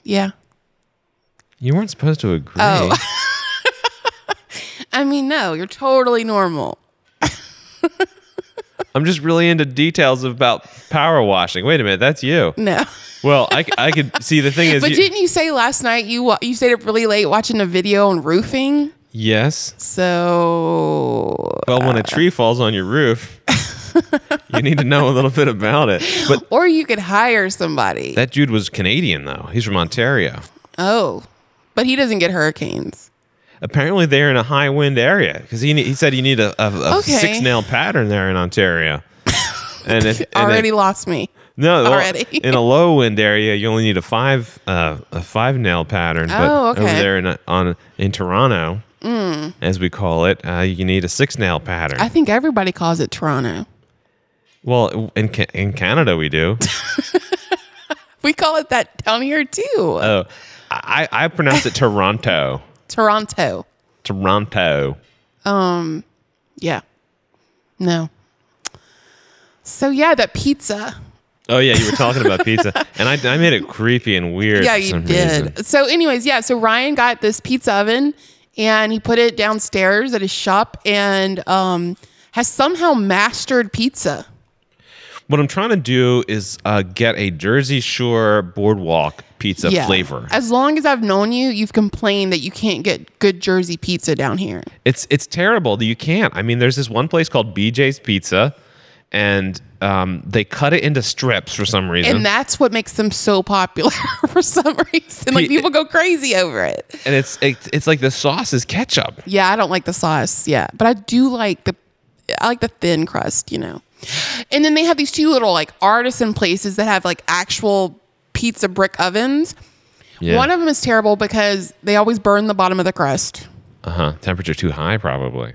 Speaker 2: yeah.
Speaker 1: You weren't supposed to agree.
Speaker 2: Oh. I mean, no, you're totally normal.
Speaker 1: I'm just really into details about power washing. Wait a minute, that's you.
Speaker 2: No.
Speaker 1: Well, I, I could see the thing is,
Speaker 2: But
Speaker 1: you-
Speaker 2: didn't you say last night you wa- you stayed up really late watching a video on roofing?
Speaker 1: yes.
Speaker 2: So,
Speaker 1: Well, when a tree falls on your roof, you need to know a little bit about it. But
Speaker 2: or you could hire somebody.
Speaker 1: that dude was Canadian, though. He's from Ontario.
Speaker 2: oh, but he doesn't get hurricanes.
Speaker 1: Apparently, they're in a high wind area because he, ne- he said you need a, a, a
Speaker 2: Okay.
Speaker 1: six nail pattern there in Ontario. And if, and
Speaker 2: Already
Speaker 1: if,
Speaker 2: lost me.
Speaker 1: No, well,
Speaker 2: already.
Speaker 1: in a low wind area, you only need a five uh, a five nail pattern.
Speaker 2: Oh,
Speaker 1: but over
Speaker 2: okay. Hmm.
Speaker 1: there in on in Toronto, as we call it, uh, you need a six nail pattern.
Speaker 2: I think everybody calls it Toronto.
Speaker 1: well, in Ca- in Canada, we do.
Speaker 2: We call it that down here too.
Speaker 1: oh, I I pronounce it Toronto.
Speaker 2: Toronto.
Speaker 1: Toronto.
Speaker 2: Yeah. No. So yeah, that pizza.
Speaker 1: Oh yeah, you were talking about pizza, and I, I made it creepy and weird.
Speaker 2: Yeah,
Speaker 1: for
Speaker 2: you
Speaker 1: some
Speaker 2: did.
Speaker 1: reason.
Speaker 2: So, anyways, yeah. So Ryan got this pizza oven and he put it downstairs at his shop and um, has somehow mastered pizza.
Speaker 1: What I'm trying to do is uh, get a Jersey Shore boardwalk pizza
Speaker 2: yeah.
Speaker 1: flavor.
Speaker 2: As long as I've known you, you've complained that you can't get good Jersey pizza down here.
Speaker 1: It's it's terrible that you can't. I mean, there's this one place called BJ's Pizza, and um, they cut it into strips for some reason,
Speaker 2: And
Speaker 1: and,
Speaker 2: that's what makes them so popular for some reason. Like
Speaker 1: Pe-
Speaker 2: people go crazy over it.
Speaker 1: it's it's it's like the sauce is ketchup.
Speaker 2: Yeah, I don't like the sauce. Yeah, but I do like the I like the thin crust, you know. And then they have these two little like artisan places that have like actual pizza brick ovens.
Speaker 1: Yeah.
Speaker 2: One of them is terrible because they always burn the bottom of the crust.
Speaker 1: Uh huh. Temperature too high, probably.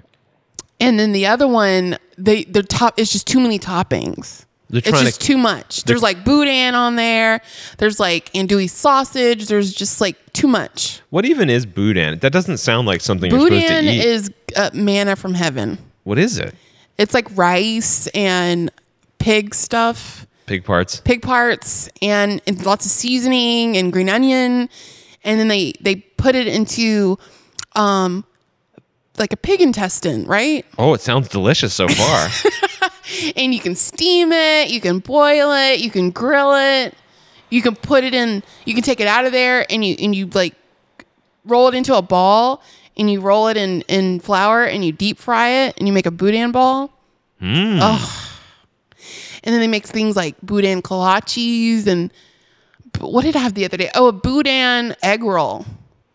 Speaker 2: And then the other one, they the top is just too many toppings.
Speaker 1: They're
Speaker 2: It's
Speaker 1: trying
Speaker 2: just
Speaker 1: to-
Speaker 2: too much. There's like boudin on there. There's like andouille sausage. There's just like too much.
Speaker 1: What even is boudin? That doesn't sound like something you're supposed
Speaker 2: Boudin
Speaker 1: to eat.
Speaker 2: is uh, manna from heaven.
Speaker 1: what is it?
Speaker 2: It's like rice and pig stuff,
Speaker 1: Pig parts.
Speaker 2: pig parts, and, and lots of seasoning and green onion, and then they they put it into, um, like a pig intestine, right?
Speaker 1: Oh, it sounds delicious so far.
Speaker 2: And you can steam it, you can boil it, you can grill it, you can put it in, you can take it out of there, and you and you like roll it into a ball, and you roll it in in flour, and you deep fry it, and you make a boudin ball. And then they make things like boudin kolaches and but what did I have the other day? Oh, a boudin egg roll.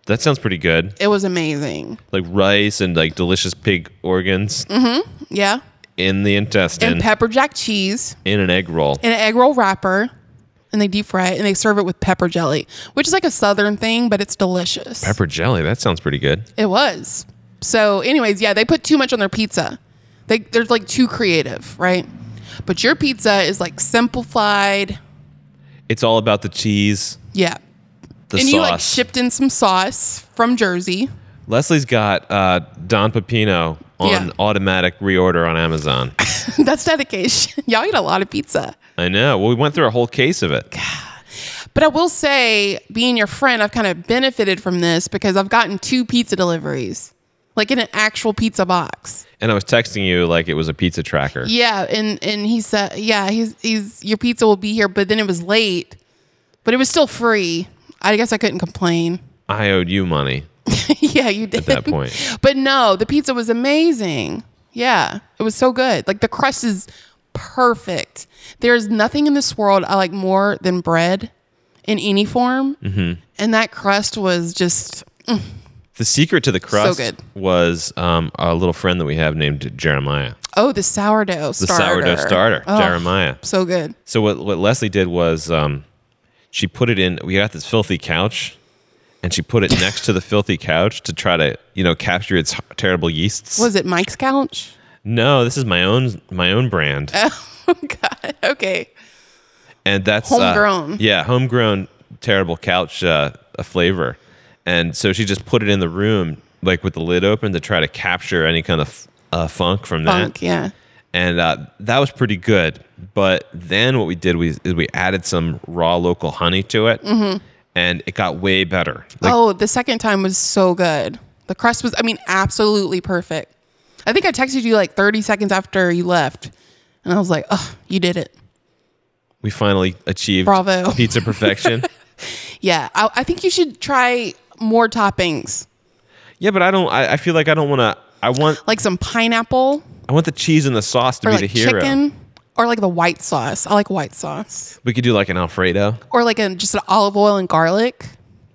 Speaker 1: that sounds pretty good.
Speaker 2: It was amazing.
Speaker 1: Like rice and like delicious pig organs
Speaker 2: Yeah.
Speaker 1: in the intestine
Speaker 2: Mm-hmm. And pepper jack cheese
Speaker 1: in an egg roll.
Speaker 2: in an egg roll wrapper. And they deep fry it and they serve it with pepper jelly, which is like a southern thing, but it's delicious.
Speaker 1: Pepper jelly. That sounds pretty good.
Speaker 2: It was. So, anyways, yeah, they put too much on their pizza. They they're like too creative, right? But your pizza is like simplified.
Speaker 1: It's all about the cheese,
Speaker 2: Yeah.
Speaker 1: the
Speaker 2: and
Speaker 1: sauce.
Speaker 2: you like shipped in some sauce from Jersey.
Speaker 1: Leslie's got uh, Don Pepino on
Speaker 2: Yeah.
Speaker 1: automatic reorder on Amazon.
Speaker 2: That's dedication. Y'all eat a lot of pizza.
Speaker 1: I know. Well, we went through a whole case of it.
Speaker 2: But I will say, being your friend, I've kind of benefited from this because I've gotten two pizza deliveries, like in an actual pizza box.
Speaker 1: And I was texting you like it was a pizza tracker.
Speaker 2: Yeah, and and he said, yeah, he's he's your pizza will be here, but then it was late, but it was still free. I guess I couldn't complain.
Speaker 1: I owed you money
Speaker 2: yeah, you did.
Speaker 1: at that point.
Speaker 2: But no, the pizza was amazing. Yeah, it was so good. Like the crust is perfect. There is nothing in this world I like more than bread in any form. Mm-hmm. And that crust was just,
Speaker 1: the secret to the crust
Speaker 2: good.
Speaker 1: was um, a little friend that we have named Jeremiah,
Speaker 2: oh, the sourdough
Speaker 1: the
Speaker 2: starter.
Speaker 1: sourdough starter,
Speaker 2: Oh,
Speaker 1: Jeremiah.
Speaker 2: So good.
Speaker 1: So what, what Leslie did was um, she put it in. We got this filthy couch, and she put it next to the filthy couch to try to you know capture its terrible yeasts.
Speaker 2: Was it Mike's couch?
Speaker 1: No, this is my own my own brand,
Speaker 2: Oh, God. Okay.
Speaker 1: and that's Uh,
Speaker 2: Homegrown.
Speaker 1: yeah, homegrown. Terrible couch uh, a flavor, and so she just put it in the room like with the lid open to try to capture any kind of uh, funk from
Speaker 2: Funk,
Speaker 1: that,
Speaker 2: yeah.
Speaker 1: and uh, that was pretty good. But then what we did was is we added some raw local honey to it, and it got way better. Like,
Speaker 2: Mm-hmm. oh, the second time was so good. The crust was, I mean, absolutely perfect. I think I texted you like 30 seconds after you left. And I was like, oh, you did it.
Speaker 1: we finally achieved
Speaker 2: Bravo.
Speaker 1: pizza perfection.
Speaker 2: Yeah, I, I think you should try more toppings,
Speaker 1: yeah, but I don't. I, I feel like I don't want to. I want
Speaker 2: like some pineapple
Speaker 1: I want the cheese and the sauce to
Speaker 2: or
Speaker 1: be the
Speaker 2: like
Speaker 1: hero.
Speaker 2: chicken or like the white sauce. I like white sauce
Speaker 1: We could do like an Alfredo.
Speaker 2: or like a, just an olive oil and garlic.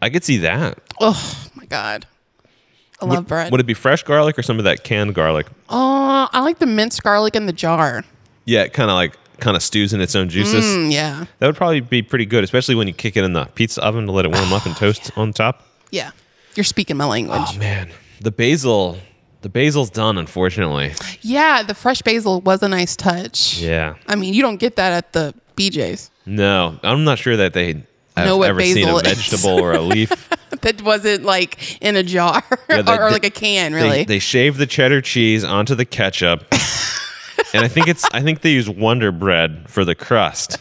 Speaker 1: I could see that.
Speaker 2: Oh my god, I love bread.
Speaker 1: Would it be fresh garlic or some of that canned garlic?
Speaker 2: oh, I like the minced garlic in the jar.
Speaker 1: Yeah, kind of like kind of stews in its own juices.
Speaker 2: Mm, yeah.
Speaker 1: That would probably be pretty good, especially when you kick it in the pizza oven to let it warm up and toast on top.
Speaker 2: Yeah. You're speaking my language.
Speaker 1: Oh man, the basil, the basil's done, unfortunately.
Speaker 2: Yeah, the fresh basil was a nice touch.
Speaker 1: Yeah.
Speaker 2: I mean, you don't get that at the BJ's.
Speaker 1: No, I'm not sure that they have
Speaker 2: Know what
Speaker 1: ever seen
Speaker 2: basil
Speaker 1: a
Speaker 2: is.
Speaker 1: vegetable or a leaf.
Speaker 2: That wasn't like in a jar
Speaker 1: Yeah, they-
Speaker 2: or, or
Speaker 1: they-
Speaker 2: like a can,
Speaker 1: They-
Speaker 2: really.
Speaker 1: They, shave the cheddar cheese onto the ketchup, and I think it's I think they use Wonder Bread for the crust.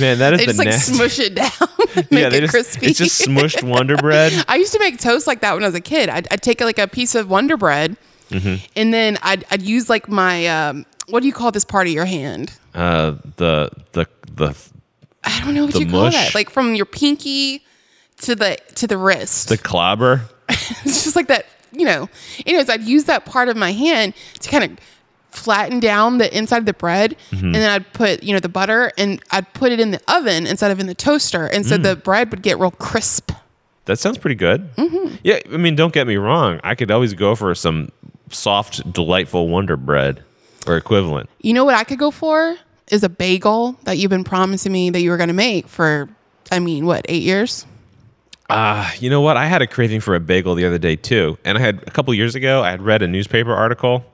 Speaker 1: Man, that is
Speaker 2: They
Speaker 1: the
Speaker 2: just like
Speaker 1: nasty-
Speaker 2: smush it down, and make
Speaker 1: they
Speaker 2: it
Speaker 1: just,
Speaker 2: crispy.
Speaker 1: It's just smushed Wonder Bread.
Speaker 2: I used to make toast like that when I was a kid. I'd, I'd take like a piece of Wonder Bread,
Speaker 1: Mm-hmm.
Speaker 2: and then I'd, I'd use like my um, what do you call this part of your hand?
Speaker 1: Uh, the the the
Speaker 2: I don't know what
Speaker 1: The
Speaker 2: you call that.
Speaker 1: mush?
Speaker 2: Like from your pinky to the to the wrist.
Speaker 1: the clobber.
Speaker 2: it's just like that, you know. Anyways, I'd use that part of my hand to kind of flatten down the inside of the bread, and then I'd put, you know, the butter, and I'd put it in the oven instead of in the toaster, and so the bread would get real crisp.
Speaker 1: That sounds pretty good. Yeah, I mean, don't get me wrong. I could always go for some soft, delightful Wonder Bread or equivalent.
Speaker 2: You know what I could go for is a bagel that you've been promising me that you were going to make for, I mean, what eight years?
Speaker 1: Ah, you know what? I had a craving for a bagel the other day too, and I had a couple years ago. I had read a newspaper article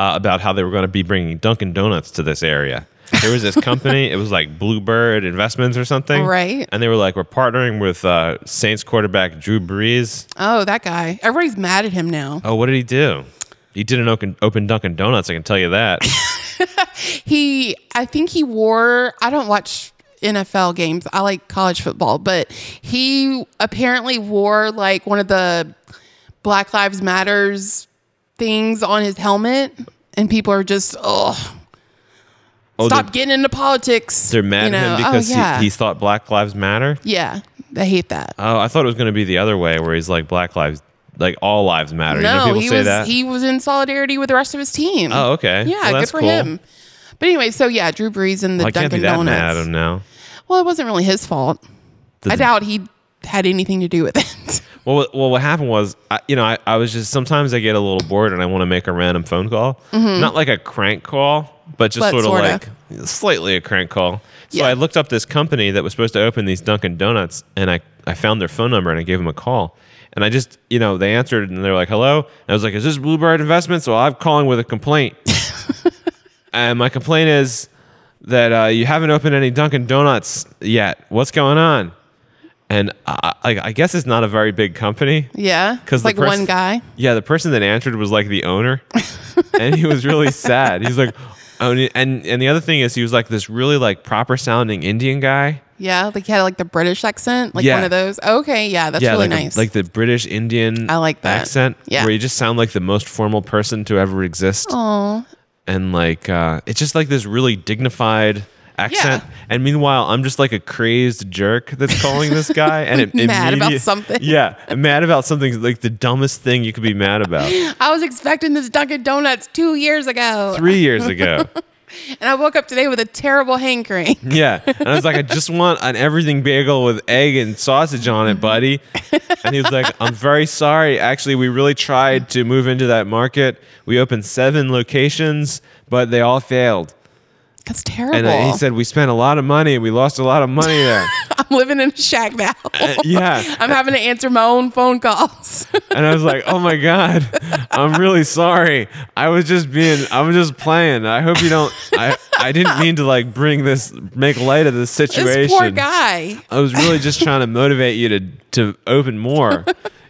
Speaker 1: uh, about how they were going to be bringing Dunkin' Donuts to this area. There was this company. it was like Bluebird Investments or something,
Speaker 2: Right.
Speaker 1: And they were like, "We're partnering with uh, Saints quarterback Drew Brees."
Speaker 2: Oh, that guy! Everybody's mad at him now.
Speaker 1: Oh, what did he do? He didn't open, open Dunkin' Donuts. I can tell you that.
Speaker 2: He, I think he wore. I don't watch NFL games. I like college football, but he apparently wore like one of the Black Lives Matters things on his helmet, and people are just oh.
Speaker 1: Oh,
Speaker 2: Stop
Speaker 1: they're-
Speaker 2: getting into politics.
Speaker 1: They're mad
Speaker 2: you know?
Speaker 1: at him because
Speaker 2: oh, yeah.
Speaker 1: he, he thought Black Lives Matter.
Speaker 2: yeah, I hate that.
Speaker 1: Oh, I thought it was going to be the other way, where he's like Black Lives, like all lives matter. you know,
Speaker 2: No,
Speaker 1: people
Speaker 2: he
Speaker 1: say
Speaker 2: was
Speaker 1: that.
Speaker 2: he was in solidarity with the rest of his team.
Speaker 1: oh, okay.
Speaker 2: yeah,
Speaker 1: Well,
Speaker 2: good
Speaker 1: that's
Speaker 2: for
Speaker 1: cool.
Speaker 2: him. But anyway, so yeah, Drew Brees and the
Speaker 1: Well, I can't be
Speaker 2: Dunkin'
Speaker 1: that mad at
Speaker 2: Donuts.
Speaker 1: him now.
Speaker 2: Well, it wasn't really his fault.
Speaker 1: The-
Speaker 2: I doubt he had anything to do with it.
Speaker 1: Well, what- well, what happened was, I, you know, I, I was just sometimes I get a little bored and I want to make a random phone call, not like a crank call, but just
Speaker 2: Mm-hmm. But
Speaker 1: sort of
Speaker 2: sorta.
Speaker 1: like slightly a crank call. So
Speaker 2: Yeah.
Speaker 1: I looked up this company that was supposed to open these Dunkin' Donuts, and I I found their phone number and I gave them a call. And I just, you know, they answered and they're like, "Hello," and I was like, "Is this Bluebird Investments?" Well, I'm calling with a complaint, and my complaint is that uh, you haven't opened any Dunkin' Donuts yet. What's going on? And I, I, I guess it's not a very big company.
Speaker 2: yeah,
Speaker 1: 'Cause the
Speaker 2: like
Speaker 1: person-
Speaker 2: one guy.
Speaker 1: Yeah, the person that answered was like the owner, and he was really sad. He's like, oh, and and and the other thing is, he was like this really like proper sounding Indian guy.
Speaker 2: Yeah, like he had like the British accent, like
Speaker 1: Yeah.
Speaker 2: one of those. Okay, yeah, that's
Speaker 1: yeah,
Speaker 2: really
Speaker 1: like a-
Speaker 2: nice.
Speaker 1: like the British Indian.
Speaker 2: I like that.
Speaker 1: accent.
Speaker 2: Yeah.
Speaker 1: where you just sound like the most formal person to ever exist,
Speaker 2: Aw.
Speaker 1: and like uh, it's just like this really dignified accent.
Speaker 2: Yeah.
Speaker 1: And meanwhile, I'm just like a crazed jerk that's calling this guy, and it,
Speaker 2: Mad about
Speaker 1: immediate-
Speaker 2: something.
Speaker 1: Yeah, mad about something like the dumbest thing you could be mad about.
Speaker 2: I was expecting this Dunkin' Donuts two years ago,
Speaker 1: Three years ago.
Speaker 2: and I woke up today with a terrible hankering.
Speaker 1: Yeah. And I was like, I just want an everything bagel with egg and sausage on it, buddy. And he was like, I'm very sorry. Actually, we really tried to move into that market. We opened seven locations, but they all failed.
Speaker 2: That's terrible.
Speaker 1: And uh, he said, We spent a lot of money. We lost a lot of money there.
Speaker 2: "I'm living in a shack now.
Speaker 1: yeah.
Speaker 2: I'm having to answer my own phone calls."
Speaker 1: And I was like, Oh my God. I'm really sorry. I was just being, I was just playing. I hope you don't, I, I didn't mean to like bring this, make light of this situation.
Speaker 2: This poor guy.
Speaker 1: I was really just trying to motivate you to to open more,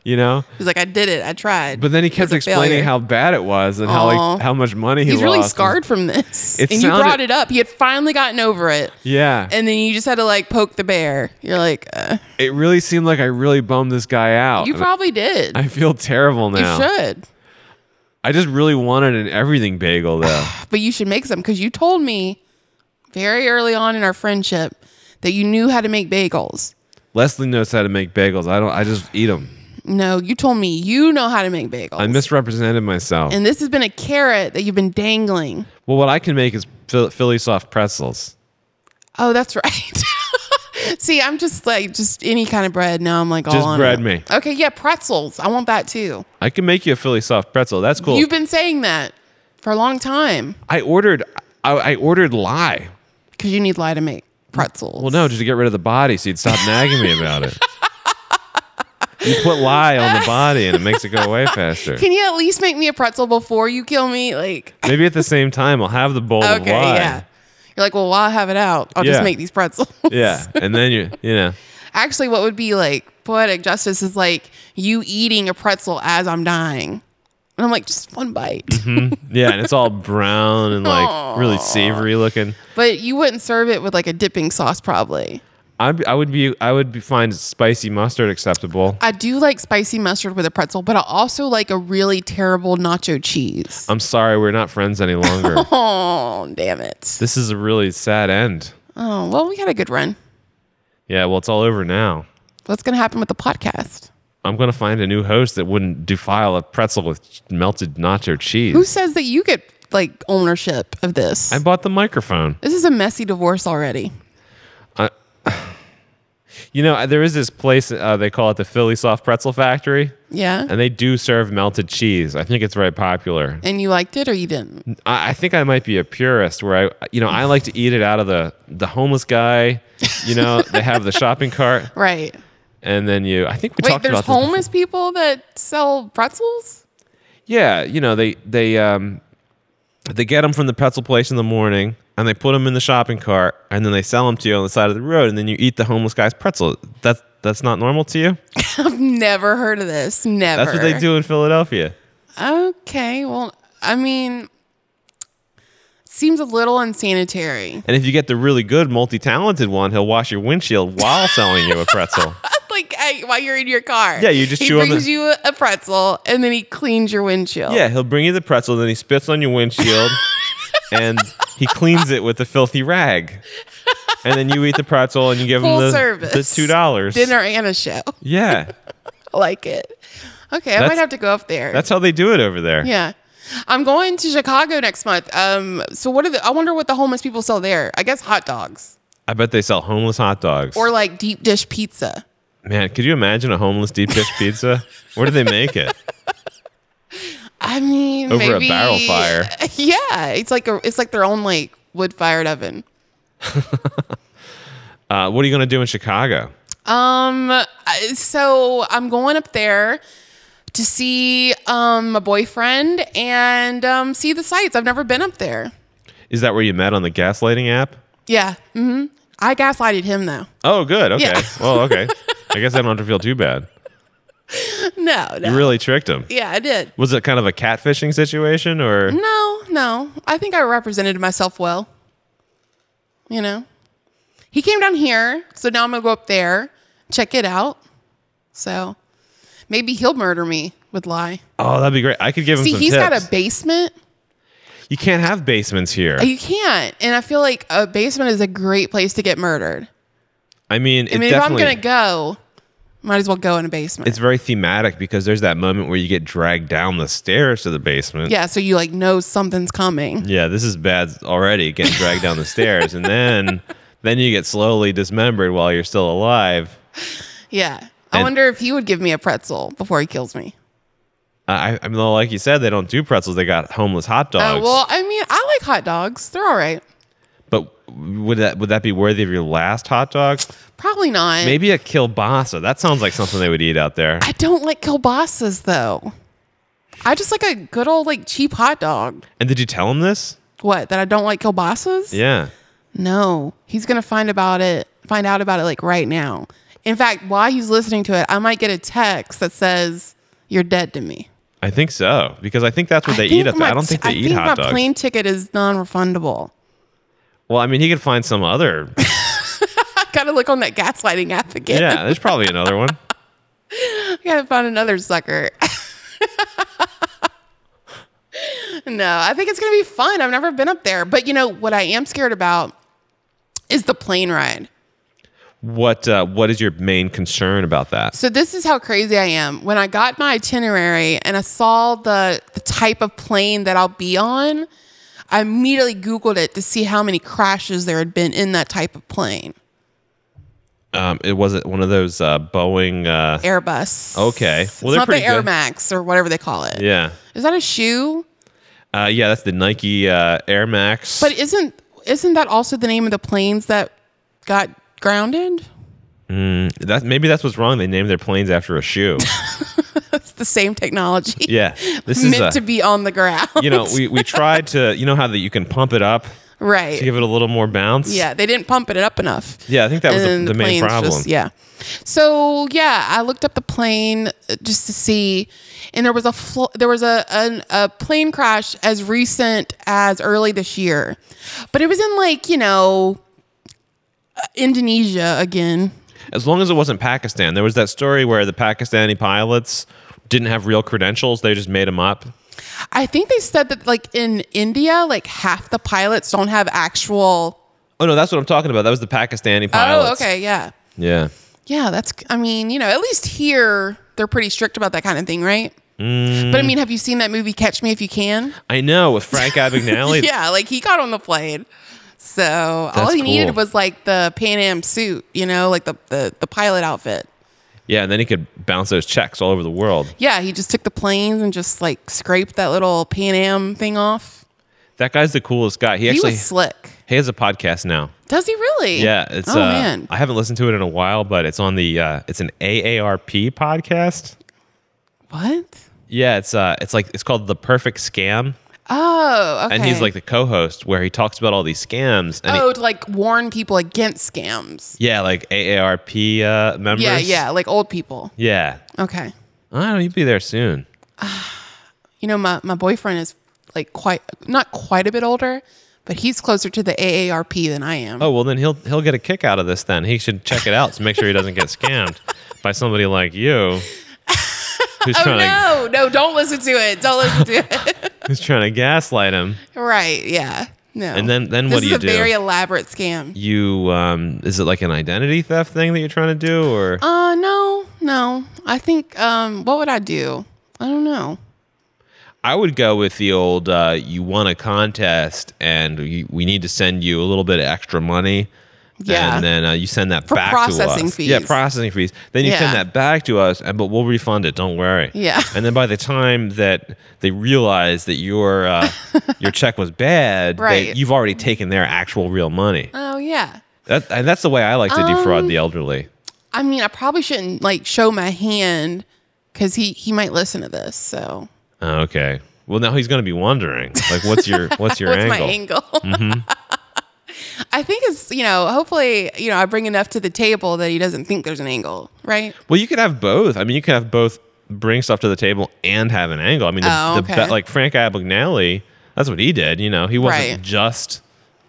Speaker 1: you know.
Speaker 2: He's like, I did it. I tried.
Speaker 1: But then he kept
Speaker 2: a
Speaker 1: explaining
Speaker 2: failure.
Speaker 1: how bad it was and how
Speaker 2: Aw.
Speaker 1: like how much money he
Speaker 2: he's really
Speaker 1: lost.
Speaker 2: scarred from this.
Speaker 1: It
Speaker 2: and you
Speaker 1: sounded-
Speaker 2: brought it up. He had finally gotten over it.
Speaker 1: Yeah,
Speaker 2: And then you just had to like poke the bear. You're like, uh,
Speaker 1: it really seemed like I really bummed this guy out.
Speaker 2: you
Speaker 1: And
Speaker 2: probably did.
Speaker 1: Oh, I feel terrible
Speaker 2: you
Speaker 1: now.
Speaker 2: should.
Speaker 1: I just really wanted an everything bagel though.
Speaker 2: But you should make some because you told me very early on in our friendship that you knew how to make bagels.
Speaker 1: Leslie knows how to make bagels. I don't. I just eat them.
Speaker 2: No, you told me you know how to make bagels.
Speaker 1: I misrepresented myself.
Speaker 2: and this has been a carrot that you've been dangling.
Speaker 1: well, what I can make is Phil- Philly soft pretzels.
Speaker 2: Oh, that's right. See, I'm just like just any kind of bread. Now I'm like all
Speaker 1: Just
Speaker 2: on
Speaker 1: bread
Speaker 2: it.
Speaker 1: me.
Speaker 2: Okay, yeah, pretzels. I want that too.
Speaker 1: I can make you a Philly soft pretzel. That's cool.
Speaker 2: You've been saying that for a long time.
Speaker 1: I ordered. I I, I ordered lye.
Speaker 2: because you need lye to make pretzels.
Speaker 1: Well, no, just to get rid of the body, so you'd stop nagging me about it. You put lye on the body, and it makes it go away faster.
Speaker 2: Can you at least make me a pretzel before you kill me? Like,
Speaker 1: Maybe at the same time, I'll have the bowl of
Speaker 2: okay,
Speaker 1: lye.
Speaker 2: yeah. You're like, well, while I have it out, I'll
Speaker 1: Yeah.
Speaker 2: just make these pretzels.
Speaker 1: Yeah, and then you, you know,
Speaker 2: Actually, what would be like poetic justice is like you eating a pretzel as I'm dying. And I'm like, just one bite.
Speaker 1: Mm-hmm. yeah, and it's all brown and like really savory looking.
Speaker 2: But you wouldn't serve it with like a dipping sauce, probably.
Speaker 1: I'd, I would be, I would be find spicy mustard acceptable.
Speaker 2: I do like spicy mustard with a pretzel, but I also like a really terrible nacho cheese.
Speaker 1: I'm sorry, we're not friends any longer.
Speaker 2: Oh, damn it.
Speaker 1: this is a really sad end.
Speaker 2: Oh, well, we had a good run.
Speaker 1: Yeah, well, it's all over now.
Speaker 2: What's going to happen with the podcast?
Speaker 1: I'm gonna find a new host that wouldn't defile a pretzel with melted nacho cheese.
Speaker 2: Who says that you get like ownership of this?
Speaker 1: I bought the microphone.
Speaker 2: this is a messy divorce already.
Speaker 1: You know, there is this place uh, they call it the Philly Soft Pretzel Factory,
Speaker 2: Yeah.
Speaker 1: and they do serve melted cheese. I think it's very popular.
Speaker 2: And you liked it or you didn't?
Speaker 1: I, I think I might be a purist, where I, you know, I like to eat it out of the the homeless guy. You know, they have the shopping cart,
Speaker 2: Right.
Speaker 1: and then you. I think we
Speaker 2: Wait,
Speaker 1: talked
Speaker 2: there's
Speaker 1: about this before.
Speaker 2: homeless people that sell pretzels?
Speaker 1: Yeah, you know, they they um they get them from the pretzel place in the morning and they put them in the shopping cart and then they sell them to you on the side of the road and then you eat the homeless guy's pretzel. That's that's not normal to you?
Speaker 2: I've never heard of this. Never.
Speaker 1: That's what they do in Philadelphia.
Speaker 2: Okay. Well, I mean, seems a little unsanitary.
Speaker 1: And if you get the really good multi-talented one, he'll wash your windshield while selling you a pretzel.
Speaker 2: like I, while you're in your car.
Speaker 1: Yeah, you just
Speaker 2: he
Speaker 1: chew on
Speaker 2: brings
Speaker 1: the-
Speaker 2: you a pretzel and then he cleans your windshield.
Speaker 1: Yeah, he'll bring you the pretzel then he spits on your windshield and he cleans it with a filthy rag. And then you eat the pretzel and you give
Speaker 2: Full
Speaker 1: him the,
Speaker 2: service.
Speaker 1: the two dollars.
Speaker 2: Dinner and a show.
Speaker 1: Yeah.
Speaker 2: I like it. Okay, I might
Speaker 1: That's-
Speaker 2: have to go up there.
Speaker 1: That's how they do it over there.
Speaker 2: yeah. I'm going to Chicago next month. Um, so what are the? I wonder what the homeless people sell there. I guess hot dogs
Speaker 1: I bet they sell homeless hot dogs.
Speaker 2: or like deep dish pizza.
Speaker 1: Man, could you imagine a homeless deep dish pizza? Where do they make it?
Speaker 2: I mean,
Speaker 1: Over a
Speaker 2: maybe-
Speaker 1: barrel fire.
Speaker 2: Yeah, it's like a, it's like their own like wood fired oven.
Speaker 1: Uh, what are you going to do in Chicago?
Speaker 2: Um, I- so I'm going up there to see um my boyfriend and um see the sights. I've never been up there.
Speaker 1: Is that where you met on the gaslighting app?
Speaker 2: Yeah. hmm I gaslighted him though.
Speaker 1: Oh, good. Okay.
Speaker 2: Yeah.
Speaker 1: Well, okay. I guess I don't have to feel too bad.
Speaker 2: No, no.
Speaker 1: You really tricked him.
Speaker 2: yeah, I did.
Speaker 1: Was it kind of a catfishing situation or?
Speaker 2: No, no. I think I represented myself well. You know, he came down here, so now I'm gonna go up there, check it out. So maybe he'll murder me with lie.
Speaker 1: Oh, that'd be great. I could give him
Speaker 2: See,
Speaker 1: some
Speaker 2: he's
Speaker 1: tips.
Speaker 2: got a basement.
Speaker 1: you can't have basements here.
Speaker 2: You can't. And I feel like a basement is a great place to get murdered.
Speaker 1: I mean, it
Speaker 2: I mean, if I'm
Speaker 1: definitely.
Speaker 2: going to go, might as well go in a basement.
Speaker 1: it's very thematic because there's that moment where you get dragged down the stairs to the basement.
Speaker 2: yeah, so you like know something's coming.
Speaker 1: yeah, this is bad already, getting dragged down the stairs, and then then you get slowly dismembered while you're still alive.
Speaker 2: Yeah. I
Speaker 1: And-
Speaker 2: wonder if he would give me a pretzel before he kills me.
Speaker 1: I, I mean, like you said, they don't do pretzels; they got homeless hot
Speaker 2: Oh,
Speaker 1: dogs.
Speaker 2: well, I mean, I like hot dogs. They're all right.
Speaker 1: but would that would that be worthy of your last hot dog?
Speaker 2: Probably not.
Speaker 1: Maybe a kielbasa. That sounds like something they would eat out there.
Speaker 2: I don't like kielbasa's though. I just like a good old like cheap hot dog.
Speaker 1: And did you tell him this?
Speaker 2: What? That I don't like kielbasa's?
Speaker 1: Yeah.
Speaker 2: No, he's gonna find about it, find out about it like right now. In fact, while he's listening to it, I might get a text that says, "You're dead to me."
Speaker 1: I think so because I think that's what they eat up there. I don't think they
Speaker 2: I
Speaker 1: eat
Speaker 2: think my
Speaker 1: hot dogs.
Speaker 2: plane ticket is non-refundable.
Speaker 1: well, I mean, he could find some other.
Speaker 2: I gotta look on that gaslighting app again.
Speaker 1: yeah, there's probably another one.
Speaker 2: I gotta find another sucker. no, I think it's gonna be fun. I've never been up there, but you know what I am scared about is the plane ride.
Speaker 1: What uh, What is your main concern about that?
Speaker 2: So this is how crazy I am. When I got my itinerary and I saw the the type of plane that I'll be on, I immediately googled it to see how many crashes there had been in that type of plane.
Speaker 1: Um, it wasn't one of those uh, Boeing. Uh,
Speaker 2: Airbus.
Speaker 1: okay, well
Speaker 2: it's
Speaker 1: they're
Speaker 2: not the
Speaker 1: pretty
Speaker 2: Air
Speaker 1: good.
Speaker 2: Max or whatever they call it. Is
Speaker 1: Yeah.
Speaker 2: that a shoe?
Speaker 1: Uh, yeah, that's the Nike uh, Air Max.
Speaker 2: But isn't isn't that also the name of the planes that got grounded?
Speaker 1: that maybe that's what's wrong. They named their planes after a shoe.
Speaker 2: It's the same technology.
Speaker 1: yeah, this is
Speaker 2: meant
Speaker 1: a,
Speaker 2: to be on the ground.
Speaker 1: you know we, we tried to you know how that you can pump it up
Speaker 2: right.
Speaker 1: to give it a little more bounce.
Speaker 2: yeah, they didn't pump it up enough.
Speaker 1: yeah. I think that was the,
Speaker 2: and
Speaker 1: the main
Speaker 2: plane's
Speaker 1: problem.
Speaker 2: just- yeah. So yeah, I looked up the plane uh, just to see, and there was a fl- there was a, an, a plane crash as recent as early this year, but it was in like you know uh, Indonesia again.
Speaker 1: As long as it wasn't Pakistan, there was that story where the Pakistani pilots didn't have real credentials; they just made them up.
Speaker 2: I think they said that like in India, like half the pilots don't have actual.
Speaker 1: Oh no, that's what I'm talking about. That was the Pakistani
Speaker 2: Oh,
Speaker 1: pilots.
Speaker 2: okay, yeah,
Speaker 1: Yeah.
Speaker 2: yeah. That's I mean you know at least here they're pretty strict about that kind of thing, right?
Speaker 1: Mm.
Speaker 2: But I mean, have you seen that movie Catch Me If You Can?
Speaker 1: I know with Frank Abagnale.
Speaker 2: yeah, like he got on the plane. So all
Speaker 1: Oh, That's
Speaker 2: he needed
Speaker 1: cool.
Speaker 2: was like the Pan Am suit, you know, like the, the the pilot outfit.
Speaker 1: Yeah, and then he could bounce those checks all over the world.
Speaker 2: Yeah, he just took the planes and just like scraped that little Pan Am thing off.
Speaker 1: That guy's the coolest guy. He actually
Speaker 2: he was slick.
Speaker 1: he has a podcast now.
Speaker 2: Does he really?
Speaker 1: Yeah, it's
Speaker 2: oh
Speaker 1: uh,
Speaker 2: man,
Speaker 1: I haven't listened to it in a while, but it's on the uh, it's an AARP podcast.
Speaker 2: what?
Speaker 1: Yeah, it's uh it's like it's called The Perfect Scam
Speaker 2: Oh, okay.
Speaker 1: and he's like the co-host where he talks about all these scams and he-
Speaker 2: oh, to like warn people against scams.
Speaker 1: yeah, like AARP uh members.
Speaker 2: Yeah, yeah, like old people.
Speaker 1: Yeah.
Speaker 2: Okay,
Speaker 1: I don't know, you'd be there soon.
Speaker 2: you know my my boyfriend is like quite not quite a bit older, but he's closer to the AARP than I am.
Speaker 1: Oh, well then he'll he'll get a kick out of this then. He should check it out to make sure he doesn't get scammed by somebody like you. Who's
Speaker 2: Oh
Speaker 1: trying to
Speaker 2: no, no, don't listen to it. Don't listen to it.
Speaker 1: who's trying to gaslight him.
Speaker 2: right, yeah. No.
Speaker 1: And then- then
Speaker 2: this
Speaker 1: what do
Speaker 2: is
Speaker 1: you
Speaker 2: a
Speaker 1: do?
Speaker 2: very elaborate scam.
Speaker 1: You um is it like an identity theft thing that you're trying to do or
Speaker 2: Uh no, no. I think um what would I do? I don't know.
Speaker 1: I would go with the old uh, you won a contest and you, we need to send you a little bit of extra money.
Speaker 2: Yeah.
Speaker 1: And then uh, you send that
Speaker 2: For
Speaker 1: back to
Speaker 2: processing
Speaker 1: us.
Speaker 2: fees.
Speaker 1: Yeah, processing fees. Then you
Speaker 2: Yeah.
Speaker 1: send that back to us, and, but we'll refund it. Don't worry.
Speaker 2: Yeah.
Speaker 1: And then by the time that they realize that your uh, your check was bad, they-
Speaker 2: Right.
Speaker 1: you've already taken their actual real money.
Speaker 2: Oh yeah.
Speaker 1: That, and that's the way I like to
Speaker 2: Um,
Speaker 1: defraud the elderly.
Speaker 2: I mean, I probably shouldn't like show my hand cuz he he might listen to this. So
Speaker 1: Oh, Okay. Well, now he's going to be wondering, like, what's your what's your
Speaker 2: what's
Speaker 1: angle? Mm-hmm.
Speaker 2: my angle? I think it's, you know, hopefully, you know, I bring enough to the table that he doesn't think there's an angle, right?
Speaker 1: Well, you could have both. I mean, you could have both bring stuff to the table and have an angle. I mean, the,
Speaker 2: Oh,
Speaker 1: the
Speaker 2: okay.
Speaker 1: be- like Frank Abagnale, that's what he did. You know, he wasn't
Speaker 2: Right.
Speaker 1: just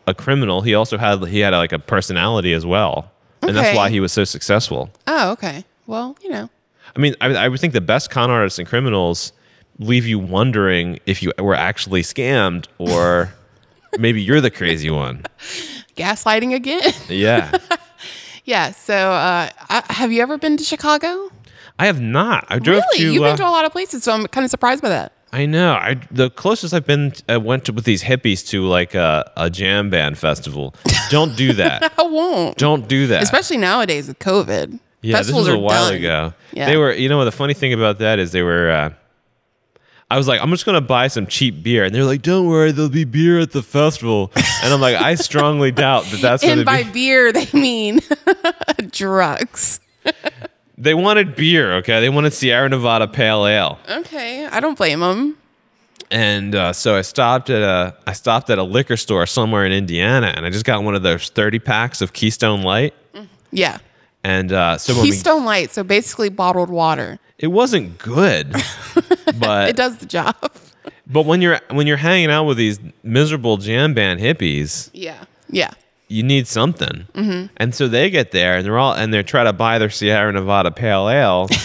Speaker 1: a criminal. He also had he had like a personality as well, and that's
Speaker 2: Okay.
Speaker 1: why he was so successful.
Speaker 2: Oh, okay. Well, you know.
Speaker 1: I mean, I, I would think the best con artists and criminals leave you wondering if you were actually scammed or maybe you're the crazy one.
Speaker 2: Gaslighting again.
Speaker 1: Yeah.
Speaker 2: Yeah. So, uh, I, have you ever been to Chicago?
Speaker 1: I have not. I drove
Speaker 2: Really?
Speaker 1: to
Speaker 2: You've
Speaker 1: uh,
Speaker 2: been to a lot of places, so I'm kind of surprised by that.
Speaker 1: I know. I the closest I've been I went to, with these hippies to like a, a jam band festival. Don't do that.
Speaker 2: I won't.
Speaker 1: Don't do that.
Speaker 2: Especially nowadays with COVID.
Speaker 1: yeah,
Speaker 2: Festivals
Speaker 1: this was
Speaker 2: are
Speaker 1: a while
Speaker 2: done.
Speaker 1: ago.
Speaker 2: Yeah.
Speaker 1: They were. You know what? The funny thing about that is they were. Uh, I was like, I'm just gonna buy some cheap beer, and they're like, Don't worry, there'll be beer at the festival. And I'm like, I strongly doubt that that's gonna
Speaker 2: And by
Speaker 1: be.
Speaker 2: beer, they mean drugs.
Speaker 1: They wanted beer, okay? They wanted Sierra Nevada Pale Ale.
Speaker 2: Okay. I don't blame them.
Speaker 1: and uh, so I stopped at a I stopped at a liquor store somewhere in Indiana, and I just got one of those thirty packs of Keystone Light.
Speaker 2: Yeah.
Speaker 1: And uh, so when we-
Speaker 2: Keystone Light. So basically bottled water.
Speaker 1: it wasn't good,
Speaker 2: It
Speaker 1: but
Speaker 2: does the job.
Speaker 1: but when you're when you're hanging out with these miserable jam band hippies,
Speaker 2: Yeah. Yeah.
Speaker 1: you need something.
Speaker 2: Mm-hmm.
Speaker 1: And so they get there, and they're all and they're trying to buy their Sierra Nevada Pale Ale.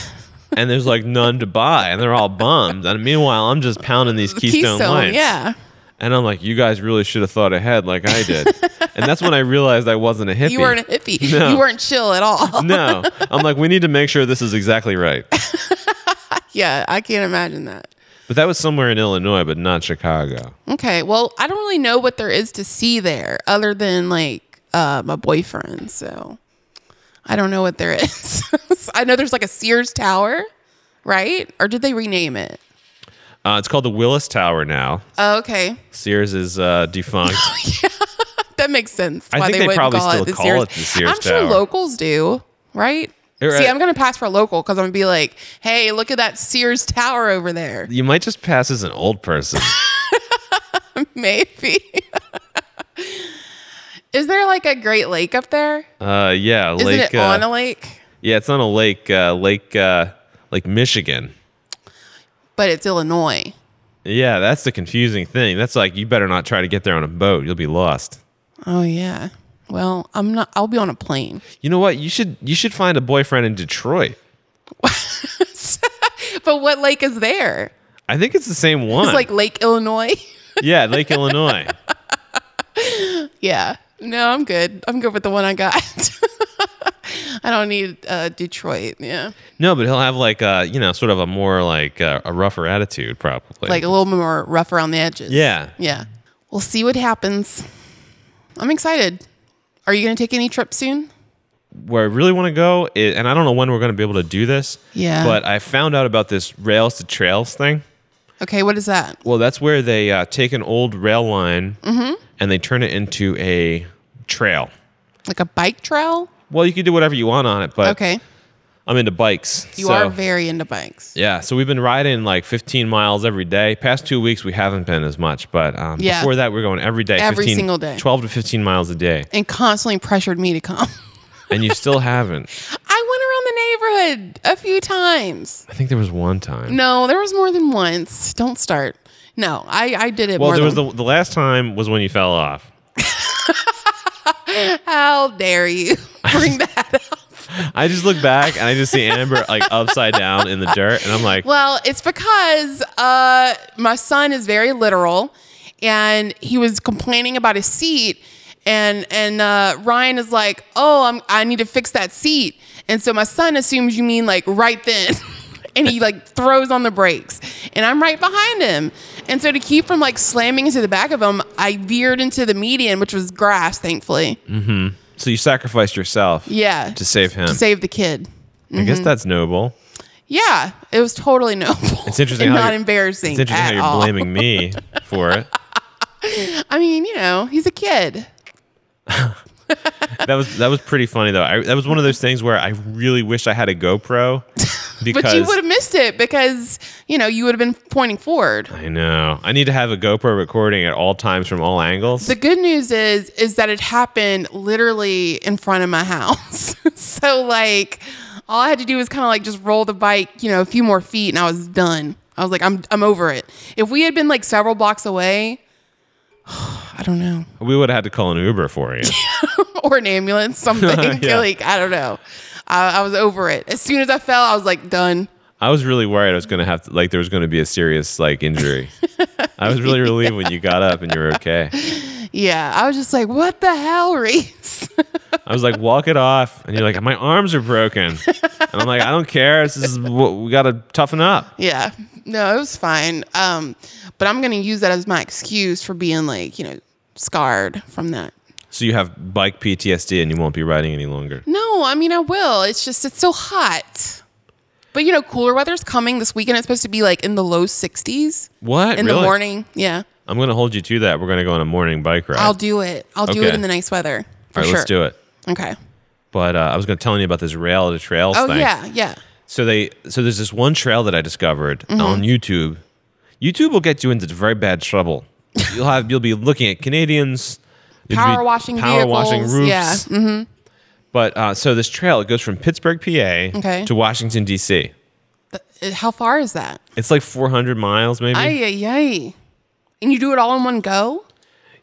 Speaker 1: And there's like none to buy, and they're all bummed. And meanwhile, I'm just pounding these Keystone, Lights.
Speaker 2: Yeah.
Speaker 1: And I'm like, you guys really should have thought ahead like I did. and that's when I realized I wasn't a hippie.
Speaker 2: You weren't a hippie.
Speaker 1: No.
Speaker 2: You weren't chill at all.
Speaker 1: no. I'm like, we need to make sure this is exactly right.
Speaker 2: Yeah. I can't imagine that.
Speaker 1: But that was somewhere in Illinois, but not Chicago.
Speaker 2: Okay. Well, I don't really know what there is to see there other than like uh, my boyfriend. So I don't know what there is. I know there's like a Sears Tower, right? Or did they rename it?
Speaker 1: Uh, it's called the Willis Tower now.
Speaker 2: Oh, okay.
Speaker 1: Sears is uh, defunct.
Speaker 2: That makes sense.
Speaker 1: I
Speaker 2: why
Speaker 1: think
Speaker 2: they,
Speaker 1: they
Speaker 2: wouldn't
Speaker 1: probably
Speaker 2: call
Speaker 1: still
Speaker 2: it the
Speaker 1: call
Speaker 2: Sears.
Speaker 1: it the Sears
Speaker 2: I'm sure
Speaker 1: Tower.
Speaker 2: locals do, right?
Speaker 1: You're
Speaker 2: See,
Speaker 1: right.
Speaker 2: I'm gonna pass for local because I'm gonna be like, "Hey, look at that Sears Tower over there."
Speaker 1: you might just pass as an old person.
Speaker 2: Maybe. Is there like a Great Lake up there?
Speaker 1: Uh, yeah,
Speaker 2: Isn't
Speaker 1: Lake.
Speaker 2: it on
Speaker 1: uh,
Speaker 2: a lake?
Speaker 1: yeah, it's on a lake, uh, Lake, uh, Lake Michigan.
Speaker 2: But it's Illinois.
Speaker 1: Yeah, that's the confusing thing. That's like you better not try to get there on a boat. You'll be lost.
Speaker 2: Oh yeah. Well, I'm not. I'll be on a plane.
Speaker 1: You know what? You should you should find a boyfriend in Detroit.
Speaker 2: But what lake is there?
Speaker 1: I think it's the same one.
Speaker 2: It's like Lake Illinois.
Speaker 1: yeah, Lake Illinois.
Speaker 2: yeah. No, I'm good. I'm good with the one I got. I don't need uh, Detroit. Yeah.
Speaker 1: No, but he'll have like uh, you know, sort of a more like uh, a rougher attitude, probably.
Speaker 2: Like a little more rough around the edges.
Speaker 1: yeah.
Speaker 2: Yeah. We'll see what happens. I'm excited. Are you going to take any trips soon?
Speaker 1: Where I really want to go, is, and I don't know when we're going to be able to do this.
Speaker 2: Yeah.
Speaker 1: But I found out about this rails to trails thing.
Speaker 2: Okay. What is that?
Speaker 1: Well, that's where they uh, take an old rail line
Speaker 2: Mm-hmm.
Speaker 1: and they turn it into a trail.
Speaker 2: Like a bike trail?
Speaker 1: Well, you can do whatever you want on it, but
Speaker 2: Okay.
Speaker 1: I'm into bikes.
Speaker 2: You
Speaker 1: so-
Speaker 2: are very into bikes.
Speaker 1: Yeah, so we've been riding like 15 miles every day. Past two weeks, we haven't been as much, but um,
Speaker 2: Yeah.
Speaker 1: before that, we are going every day.
Speaker 2: Every
Speaker 1: 15
Speaker 2: single day.
Speaker 1: 12 to 15 miles a day.
Speaker 2: And constantly pressured me to come.
Speaker 1: And you still haven't.
Speaker 2: I went around the neighborhood a few times.
Speaker 1: I think there was one time.
Speaker 2: No, there was more than once. Don't start. No, I, I did it
Speaker 1: well,
Speaker 2: more
Speaker 1: there
Speaker 2: than
Speaker 1: was the, the last time was when you fell off.
Speaker 2: How dare you bring that up?
Speaker 1: I just look back and I just see Amber like upside down in the dirt, and I'm like,
Speaker 2: Well, it's because uh, my son is very literal, and he was complaining about his seat, and and uh, Ryan is like, "Oh, I'm, I need to fix that seat," and so my son assumes you mean like right then. And he like throws on the brakes, and I'm right behind him. And so to keep from like slamming into the back of him, I veered into the median, which was grass, thankfully.
Speaker 1: Mm-hmm. so you sacrificed yourself
Speaker 2: Yeah, mm-hmm.
Speaker 1: to save him.
Speaker 2: to save the kid.
Speaker 1: I guess that's noble.
Speaker 2: Yeah, it was totally noble.
Speaker 1: It's interesting
Speaker 2: and
Speaker 1: how
Speaker 2: not
Speaker 1: you're-
Speaker 2: embarrassing.
Speaker 1: It's interesting how
Speaker 2: at
Speaker 1: you're
Speaker 2: all.
Speaker 1: blaming me for it.
Speaker 2: I mean, you know, he's a kid.
Speaker 1: That was that was pretty funny though. I, that was one of those things where I really wish I had a GoPro because
Speaker 2: But you would have missed it because, you know, you would have been pointing forward.
Speaker 1: I know. I need to have a GoPro recording at all times from all angles.
Speaker 2: The good news is is that it happened literally in front of my house. so like all I had to do was kind of like just roll the bike, you know, a few more feet and I was done. I was like I'm I'm over it. If we had been like several blocks away, I don't know.
Speaker 1: we would have had to call an Uber for you.
Speaker 2: or an ambulance, something.
Speaker 1: Yeah.
Speaker 2: Like, I don't know. I, I was over it. As soon as I fell, I was like, done.
Speaker 1: I was really worried I was going to have to like there was going to be a serious like injury. I was really relieved when you got up and you were okay.
Speaker 2: Yeah. I was just like, what the hell, Reese?
Speaker 1: I was like, walk it off, and you're like, my arms are broken, and I'm like, I don't care. This is what we got to toughen up.
Speaker 2: yeah. No, it was fine. Um, but I'm going to use that as my excuse for being like, you know, scarred from that.
Speaker 1: So you have bike PTSD and you won't be riding any longer.
Speaker 2: No, I mean, I will. It's just, it's so hot. But, you know, cooler weather's coming this weekend. It's supposed to be like in the low 60s
Speaker 1: What
Speaker 2: in the
Speaker 1: Really?
Speaker 2: morning. Yeah.
Speaker 1: I'm gonna hold you to that. We're gonna go on a morning bike ride.
Speaker 2: I'll do it. I'll do
Speaker 1: Okay.
Speaker 2: it in the nice weather. For
Speaker 1: All right,
Speaker 2: sure.
Speaker 1: let's do it.
Speaker 2: Okay.
Speaker 1: But uh, I was gonna tell you about this rail to trails
Speaker 2: Oh,
Speaker 1: thing.
Speaker 2: yeah. Yeah.
Speaker 1: So they so there's this one trail that I discovered
Speaker 2: Mm-hmm.
Speaker 1: on YouTube. YouTube will get you into very bad trouble. You'll have you'll be looking at Canadians, you'll be
Speaker 2: Power washing
Speaker 1: power washing
Speaker 2: vehicles,
Speaker 1: roofs.
Speaker 2: yeah, Mm-hmm.
Speaker 1: But uh, so this trail it goes from Pittsburgh, PA,
Speaker 2: Okay.
Speaker 1: to Washington D.C.
Speaker 2: Uh, How far is that?
Speaker 1: It's like 400 miles, maybe.
Speaker 2: Ay, ay, ay. And you do it all in one go?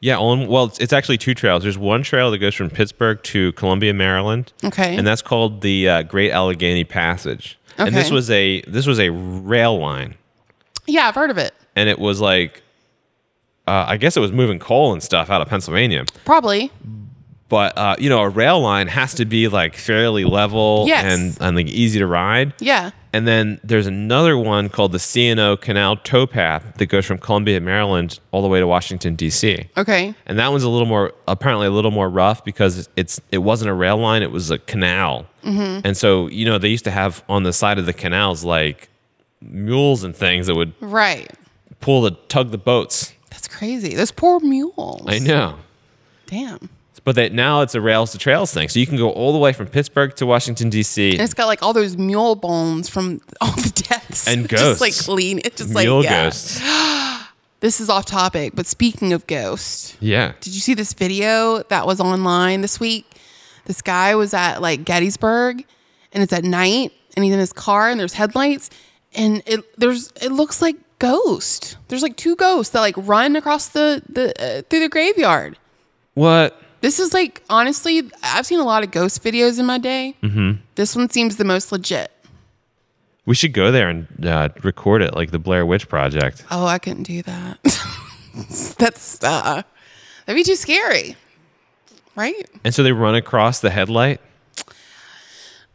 Speaker 1: yeah. On well, it's, it's actually two trails. There's one trail that goes from Pittsburgh to Columbia, Maryland.
Speaker 2: Okay.
Speaker 1: and that's called the uh, Great Allegheny Passage. And this
Speaker 2: Okay.
Speaker 1: was a this was a rail line,
Speaker 2: yeah, I've heard of it.
Speaker 1: and it was like, uh, I guess it was moving coal and stuff out of Pennsylvania.
Speaker 2: Probably.
Speaker 1: But uh, you know, a rail line has to be like fairly level
Speaker 2: Yes.
Speaker 1: and and like easy to ride.
Speaker 2: Yeah.
Speaker 1: And then there's another one called the C&O Canal Towpath that goes from Columbia, Maryland, all the way to Washington D.C.
Speaker 2: Okay.
Speaker 1: And that one's a little more apparently a little more rough because it's it wasn't a rail line, it was a canal. And so, you know, they used to have on the side of the canals like mules and things that would
Speaker 2: Right.
Speaker 1: pull the tug the boats.
Speaker 2: That's crazy. Those poor mules.
Speaker 1: I know.
Speaker 2: Damn.
Speaker 1: But that now it's a rails to trails thing. So you can go all the way from Pittsburgh to Washington D.C.
Speaker 2: And it's got like all those mule bones from all the deaths
Speaker 1: And
Speaker 2: just like
Speaker 1: ghosts.
Speaker 2: clean. It's just like
Speaker 1: mule
Speaker 2: yeah.
Speaker 1: ghosts.
Speaker 2: This is off topic, but speaking of ghosts,
Speaker 1: Yeah.
Speaker 2: did you see this video that was online this week? This guy was at like Gettysburg, and it's at night, and he's in his car, and there's headlights, and it there's it looks like ghost. There's like two ghosts that like run across the the uh, through the graveyard.
Speaker 1: What?
Speaker 2: This is like honestly, I've seen a lot of ghost videos in my day. Mm-hmm. This one seems the most legit.
Speaker 1: We should go there and uh, record it, like the Blair Witch Project.
Speaker 2: Oh, I couldn't do that. That's uh, that'd be too scary, right?
Speaker 1: And so they run across the headlight.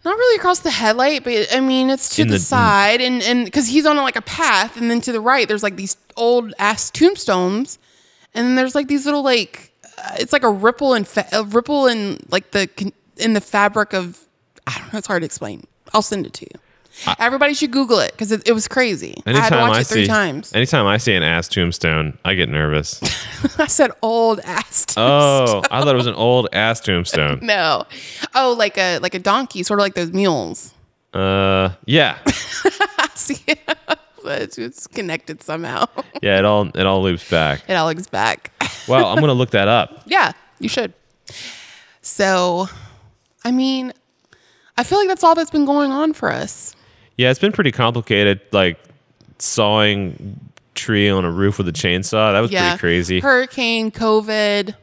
Speaker 2: Not really across the headlight, but I mean it's to
Speaker 1: In
Speaker 2: the,
Speaker 1: the- mm.
Speaker 2: side, and and because he's on like a path, and then to the right there's like these old ass tombstones, and then there's like these little like uh, it's like a ripple and fa- a ripple in like the con- in the fabric of I don't know. It's hard to explain. I'll send it to you. Everybody should Google it because it, it was crazy. I had to watch it three
Speaker 1: see,
Speaker 2: times.
Speaker 1: anytime I see an ass tombstone, I get nervous.
Speaker 2: I said old ass.
Speaker 1: Oh, I thought it was an old ass tombstone.
Speaker 2: No. Oh, like a like a donkey, sort of like those mules.
Speaker 1: Uh, yeah,
Speaker 2: See, it's, it's connected somehow.
Speaker 1: yeah. It all it all loops back.
Speaker 2: It all looks back.
Speaker 1: Wow, I'm gonna look that up.
Speaker 2: yeah, you should. So, I mean, I feel like that's all that's been going on for us.
Speaker 1: Yeah, it's been pretty complicated. Like sawing tree on a roof with a chainsaw. That was
Speaker 2: Yeah,
Speaker 1: pretty crazy.
Speaker 2: Hurricane, COVID,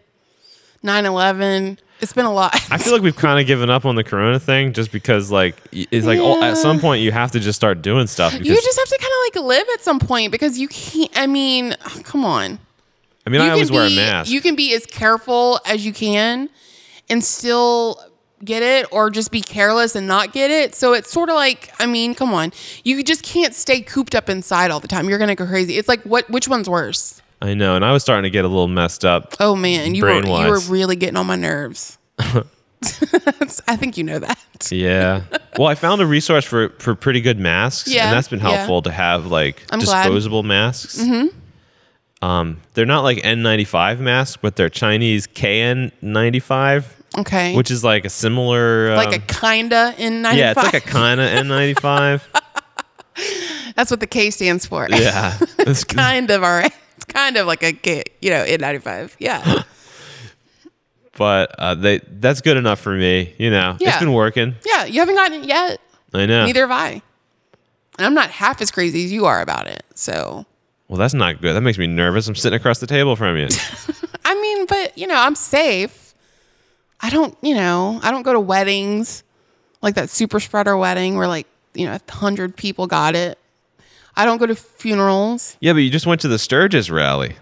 Speaker 2: 9-11. It's been a lot.
Speaker 1: I feel like we've kind of given up on the corona thing just because like y- it's like all, at some point you have to just start doing stuff because
Speaker 2: you just have to kind of like live at some point because you can't. I mean, come on.
Speaker 1: I mean I always
Speaker 2: be,
Speaker 1: wear a mask.
Speaker 2: You can be as careful as you can and still get it or just be careless and not get it. So it's sort of like, I mean, come on. You just can't stay cooped up inside all the time. You're going to go crazy. It's like what which one's worse?
Speaker 1: I know, and I was starting to get a little messed up.
Speaker 2: Oh man, you were you were
Speaker 1: Brain-wise.
Speaker 2: really getting on my nerves. I think you know that.
Speaker 1: Yeah. well, I found a resource for for pretty good masks,
Speaker 2: Yeah,
Speaker 1: and that's been
Speaker 2: yeah.
Speaker 1: helpful to have like
Speaker 2: I'm glad. Mm-hmm.
Speaker 1: disposable masks. Um, they're not like N95 masks, but they're Chinese KN95,
Speaker 2: Okay.
Speaker 1: which is like a similar um,
Speaker 2: like a kinda in 95.
Speaker 1: yeah, it's like a kind of N95.
Speaker 2: That's what the K stands for.
Speaker 1: yeah, it's
Speaker 2: kind of all right. It's kind of like a K, you know, in 95. Yeah.
Speaker 1: but uh, they that's good enough for me. You know,
Speaker 2: Yeah.
Speaker 1: it's been working.
Speaker 2: yeah, you haven't gotten it yet.
Speaker 1: I know.
Speaker 2: Neither have I. And I'm not half as crazy as you are about it. So,
Speaker 1: Well, that's not good. That makes me nervous. I'm sitting across the table from you.
Speaker 2: I mean, but you know, I'm safe. I don't, you know, I don't go to weddings like that super spreader wedding where like, you know, a hundred people got it. I don't go to funerals.
Speaker 1: yeah, but you just went to the Sturgis rally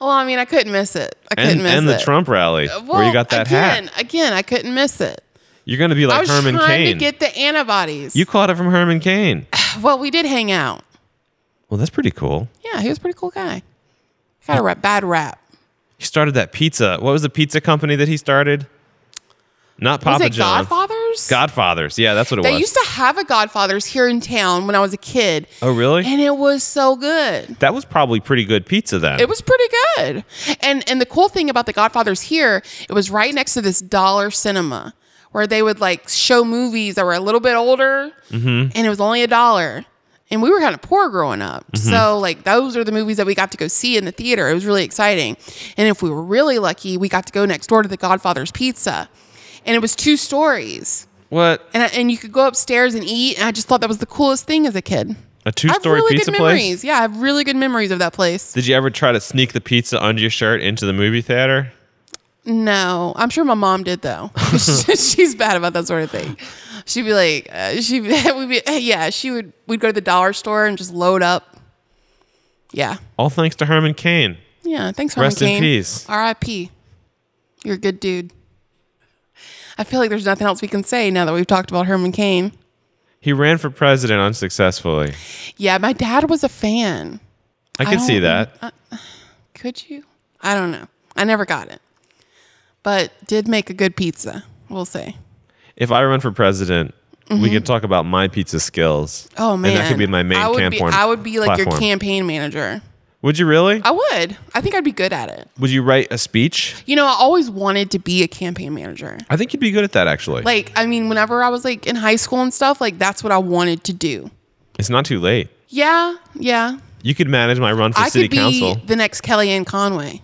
Speaker 2: Well, I mean, I couldn't miss it. I couldn't
Speaker 1: and
Speaker 2: miss
Speaker 1: and
Speaker 2: it. Uh,
Speaker 1: the Trump rally where
Speaker 2: Well,
Speaker 1: you got that
Speaker 2: again,
Speaker 1: hat.
Speaker 2: Again, I couldn't miss it.
Speaker 1: You're gonna be
Speaker 2: I
Speaker 1: like
Speaker 2: was
Speaker 1: Herman
Speaker 2: trying
Speaker 1: Cain.
Speaker 2: to get the antibodies.
Speaker 1: you caught it from Herman Cain.
Speaker 2: well, we did hang out.
Speaker 1: Well, that's pretty cool.
Speaker 2: Yeah, he was a pretty cool guy. Got a rap, bad rap.
Speaker 1: He started that pizza. What was the pizza company that he started? Not Papa
Speaker 2: was it
Speaker 1: John.
Speaker 2: Godfathers?
Speaker 1: Godfathers. Yeah, that's what it
Speaker 2: They
Speaker 1: was.
Speaker 2: used to have a Godfather's here in town when I was a kid,
Speaker 1: oh, really?
Speaker 2: and it was so good.
Speaker 1: that was probably pretty good pizza then.
Speaker 2: It was pretty good. And and the cool thing about the Godfather's here, it was right next to this dollar cinema where they would like show movies that were a little bit older,
Speaker 1: Mm-hmm.
Speaker 2: and it was only a dollar. And we were kind of poor growing up.
Speaker 1: Mm-hmm.
Speaker 2: So, like, those are the movies that we got to go see in the theater. It was really exciting. And if we were really lucky, we got to go next door to the Godfather's Pizza. And it was two stories.
Speaker 1: what?
Speaker 2: and I, and you could go upstairs and eat. And I just thought that was the coolest thing as a kid.
Speaker 1: A
Speaker 2: I have
Speaker 1: two-story
Speaker 2: really
Speaker 1: pizza
Speaker 2: good
Speaker 1: place.
Speaker 2: memories. Yeah, I have really good memories of that place.
Speaker 1: Did you ever try to sneak the pizza under your shirt into the movie theater?
Speaker 2: No, I'm sure my mom did though. She's bad about that sort of thing. She'd be like, uh, she would be, yeah, she would. We'd go to the dollar store and just load up. Yeah,
Speaker 1: All thanks to Herman Cain.
Speaker 2: yeah. Thanks, Herman
Speaker 1: Rest in
Speaker 2: Cain.
Speaker 1: peace.
Speaker 2: R.I.P. You're a good dude. I feel like there's nothing else we can say now that we've talked about Herman Cain.
Speaker 1: He ran for president unsuccessfully.
Speaker 2: Yeah, my dad was a fan.
Speaker 1: I can see
Speaker 2: don't-
Speaker 1: that.
Speaker 2: Could you? I don't know. I never got it. But did make a good pizza, we'll say.
Speaker 1: if I run for president, we could talk about my pizza skills.
Speaker 2: Mm-hmm. Oh man,
Speaker 1: and that could be my main
Speaker 2: I would
Speaker 1: campaign.
Speaker 2: Be, I would be like your Uh,
Speaker 1: platform.
Speaker 2: campaign manager.
Speaker 1: Would you really?
Speaker 2: I would. I think I'd be good at it.
Speaker 1: Would you write a speech?
Speaker 2: You know, I always wanted to be a campaign manager.
Speaker 1: I think you'd be good at that. Actually,
Speaker 2: Like, I mean, whenever I was like in high school and stuff, like that's what I wanted to do.
Speaker 1: it's not too late.
Speaker 2: Yeah, yeah.
Speaker 1: You could manage my run for
Speaker 2: I
Speaker 1: city
Speaker 2: could be
Speaker 1: council.
Speaker 2: the next Kellyanne Conway.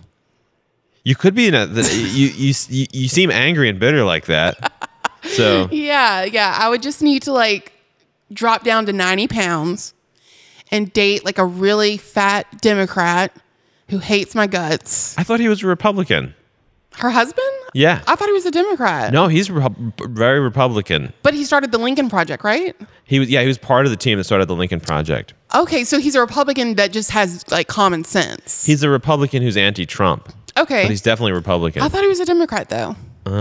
Speaker 1: You could be in a. The, you, you you you seem angry and bitter like that. So
Speaker 2: Yeah, yeah. I would just need to like drop down to 90 pounds and date like a really fat Democrat who hates my guts.
Speaker 1: I thought he was a Republican.
Speaker 2: Her husband?
Speaker 1: Yeah.
Speaker 2: I thought he was a Democrat.
Speaker 1: No, he's Repu- very Republican.
Speaker 2: But he started the Lincoln Project, right?
Speaker 1: He was yeah, he was part of the team that started the Lincoln Project.
Speaker 2: Okay, so he's a Republican that just has like common sense.
Speaker 1: He's a Republican who's anti-Trump, but
Speaker 2: Okay.
Speaker 1: he's definitely Republican.
Speaker 2: I thought he was a Democrat though.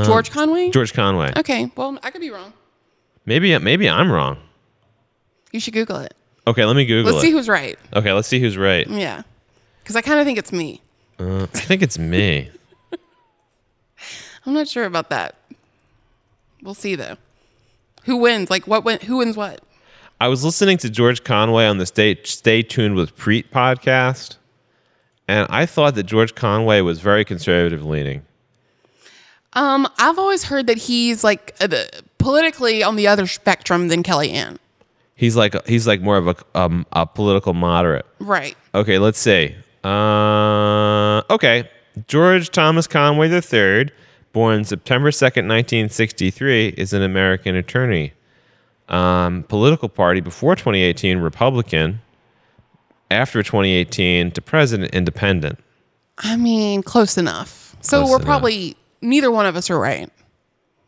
Speaker 2: George Conway?
Speaker 1: George Conway.
Speaker 2: Oh, Okay, well, I could be wrong.
Speaker 1: Maybe maybe I'm wrong.
Speaker 2: You should Google it.
Speaker 1: Okay, let me Google
Speaker 2: Let's
Speaker 1: it.
Speaker 2: see Mm. who's right.
Speaker 1: okay, let's see who's right.
Speaker 2: Yeah. Because I kind of think it's me.
Speaker 1: Uh, I think it's me.
Speaker 2: I'm not sure about that. We'll see though. Who wins? Like what win who wins what?
Speaker 1: I was listening to George Conway on the Stay, Stay Tuned with Preet podcast, and I thought that George Conway was very conservative leaning.
Speaker 2: Um, I've always heard that he's like uh, the, politically on the other spectrum than Kellyanne.
Speaker 1: He's like he's like more of a um, a political moderate.
Speaker 2: Right.
Speaker 1: Okay, let's see. Uh, okay, George Thomas Conway III, born September 2nd, 1963, is an American attorney. Um, political party before 2018, Republican. After 2018, to president, independent.
Speaker 2: I mean, close enough. So
Speaker 1: Close
Speaker 2: we're
Speaker 1: enough.
Speaker 2: probably neither one of us are right.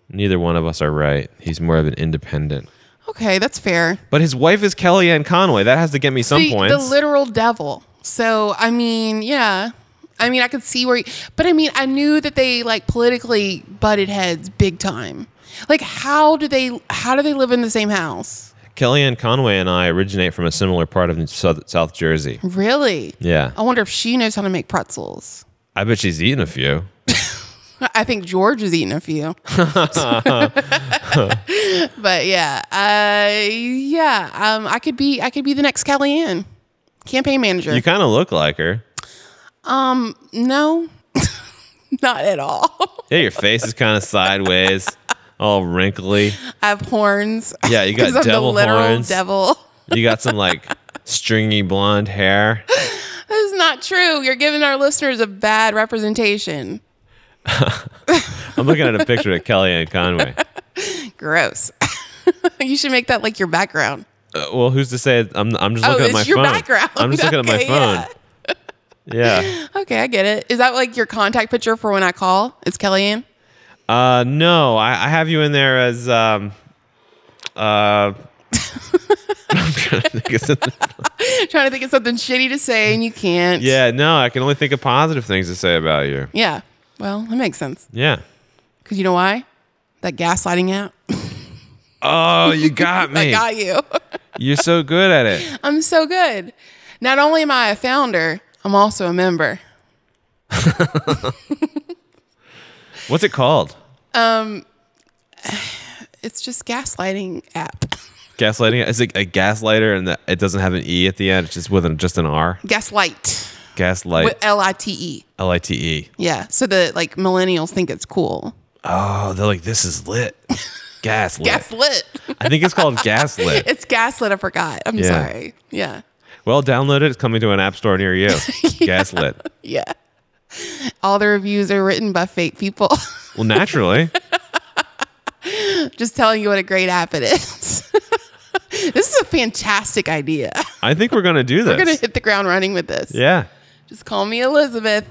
Speaker 1: Neither one of us are right. He's more of an independent.
Speaker 2: Okay, that's fair.
Speaker 1: But his wife is Kellyanne Conway. That has to get me some
Speaker 2: the,
Speaker 1: points.
Speaker 2: the literal devil. So I mean, yeah. I mean, I could see where, but I mean, I knew that they like politically butted heads big time. Like, how do they? How do they live in the same house?
Speaker 1: Kellyanne Conway and I originate from a similar part of South, South Jersey.
Speaker 2: Really?
Speaker 1: Yeah.
Speaker 2: I wonder if she knows how to make pretzels.
Speaker 1: I bet she's eaten a few.
Speaker 2: I think George is eating a few. but yeah, uh, yeah. Um, I could be. I could be the next Kellyanne campaign manager.
Speaker 1: You kind of look like her.
Speaker 2: no, not at all.
Speaker 1: Yeah, your face is kind of sideways, all wrinkly.
Speaker 2: I have horns.
Speaker 1: Yeah, you got
Speaker 2: 'Cause I'm
Speaker 1: devil
Speaker 2: the literal
Speaker 1: horns.
Speaker 2: devil.
Speaker 1: You got some like stringy blonde hair.
Speaker 2: That is not true. You're giving our listeners a bad representation.
Speaker 1: I'm looking at a picture of Kellyanne Conway.
Speaker 2: Gross. you should make that like your background.
Speaker 1: Uh, well, who's to say? I'm, I'm just
Speaker 2: Oh,
Speaker 1: looking at
Speaker 2: it's
Speaker 1: my
Speaker 2: your
Speaker 1: phone.
Speaker 2: background.
Speaker 1: I'm just looking
Speaker 2: Okay,
Speaker 1: at my phone. Yeah.
Speaker 2: Okay, I get it. Is that like your contact picture for when I call? It's Kellyanne.
Speaker 1: Uh, no, I, I have you in there as um, uh. I'm trying to think of something.
Speaker 2: Trying to think of something shitty to say and you can't.
Speaker 1: Yeah, no, I can only think of positive things to say about you.
Speaker 2: Yeah. Well, that makes sense.
Speaker 1: Yeah.
Speaker 2: Because you know why? That gaslighting app.
Speaker 1: Oh, you got
Speaker 2: I
Speaker 1: me.
Speaker 2: got you.
Speaker 1: You're so good at it.
Speaker 2: I'm so good. Not only am I a founder, I'm also a member.
Speaker 1: What's it called?
Speaker 2: It's just gaslighting app.
Speaker 1: Gaslighting is it a gaslighter and the, it doesn't have an e at the end. It's just with an, just an r.
Speaker 2: Gaslight.
Speaker 1: Gaslight,
Speaker 2: With L I T E.
Speaker 1: L I T E.
Speaker 2: Yeah. So the like millennials think it's cool.
Speaker 1: Oh, they're like this is lit. Gaslit.
Speaker 2: Gaslit.
Speaker 1: I think it's called gaslit.
Speaker 2: it's gaslit. I forgot. I'm
Speaker 1: Yeah.
Speaker 2: sorry. Yeah.
Speaker 1: Well, download it. It's coming to an app store near you. Gaslit.
Speaker 2: Yeah. All the reviews are written by fake people.
Speaker 1: Well, naturally.
Speaker 2: Just telling you what a great app it is. this is a fantastic idea.
Speaker 1: I think we're gonna do this.
Speaker 2: We're going to hit the ground running with this.
Speaker 1: yeah.
Speaker 2: Just call me Elizabeth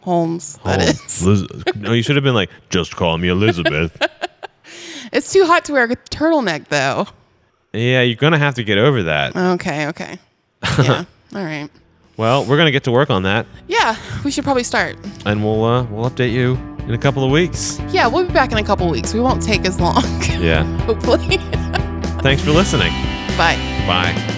Speaker 2: Holmes. That
Speaker 1: Oh,
Speaker 2: is.
Speaker 1: Liz- no, you should have been like, just call me Elizabeth.
Speaker 2: It's too hot to wear a turtleneck, though.
Speaker 1: yeah, you're gonna have to get over that.
Speaker 2: Okay. Okay. Yeah. All right.
Speaker 1: Well, we're gonna get to work on that,
Speaker 2: Yeah. We should probably start.
Speaker 1: and we'll uh, we'll update you in a couple of weeks.
Speaker 2: Yeah. We'll be back in a couple weeks. We won't take as long.
Speaker 1: Yeah.
Speaker 2: hopefully.
Speaker 1: Thanks for listening.
Speaker 2: Bye.
Speaker 1: Bye.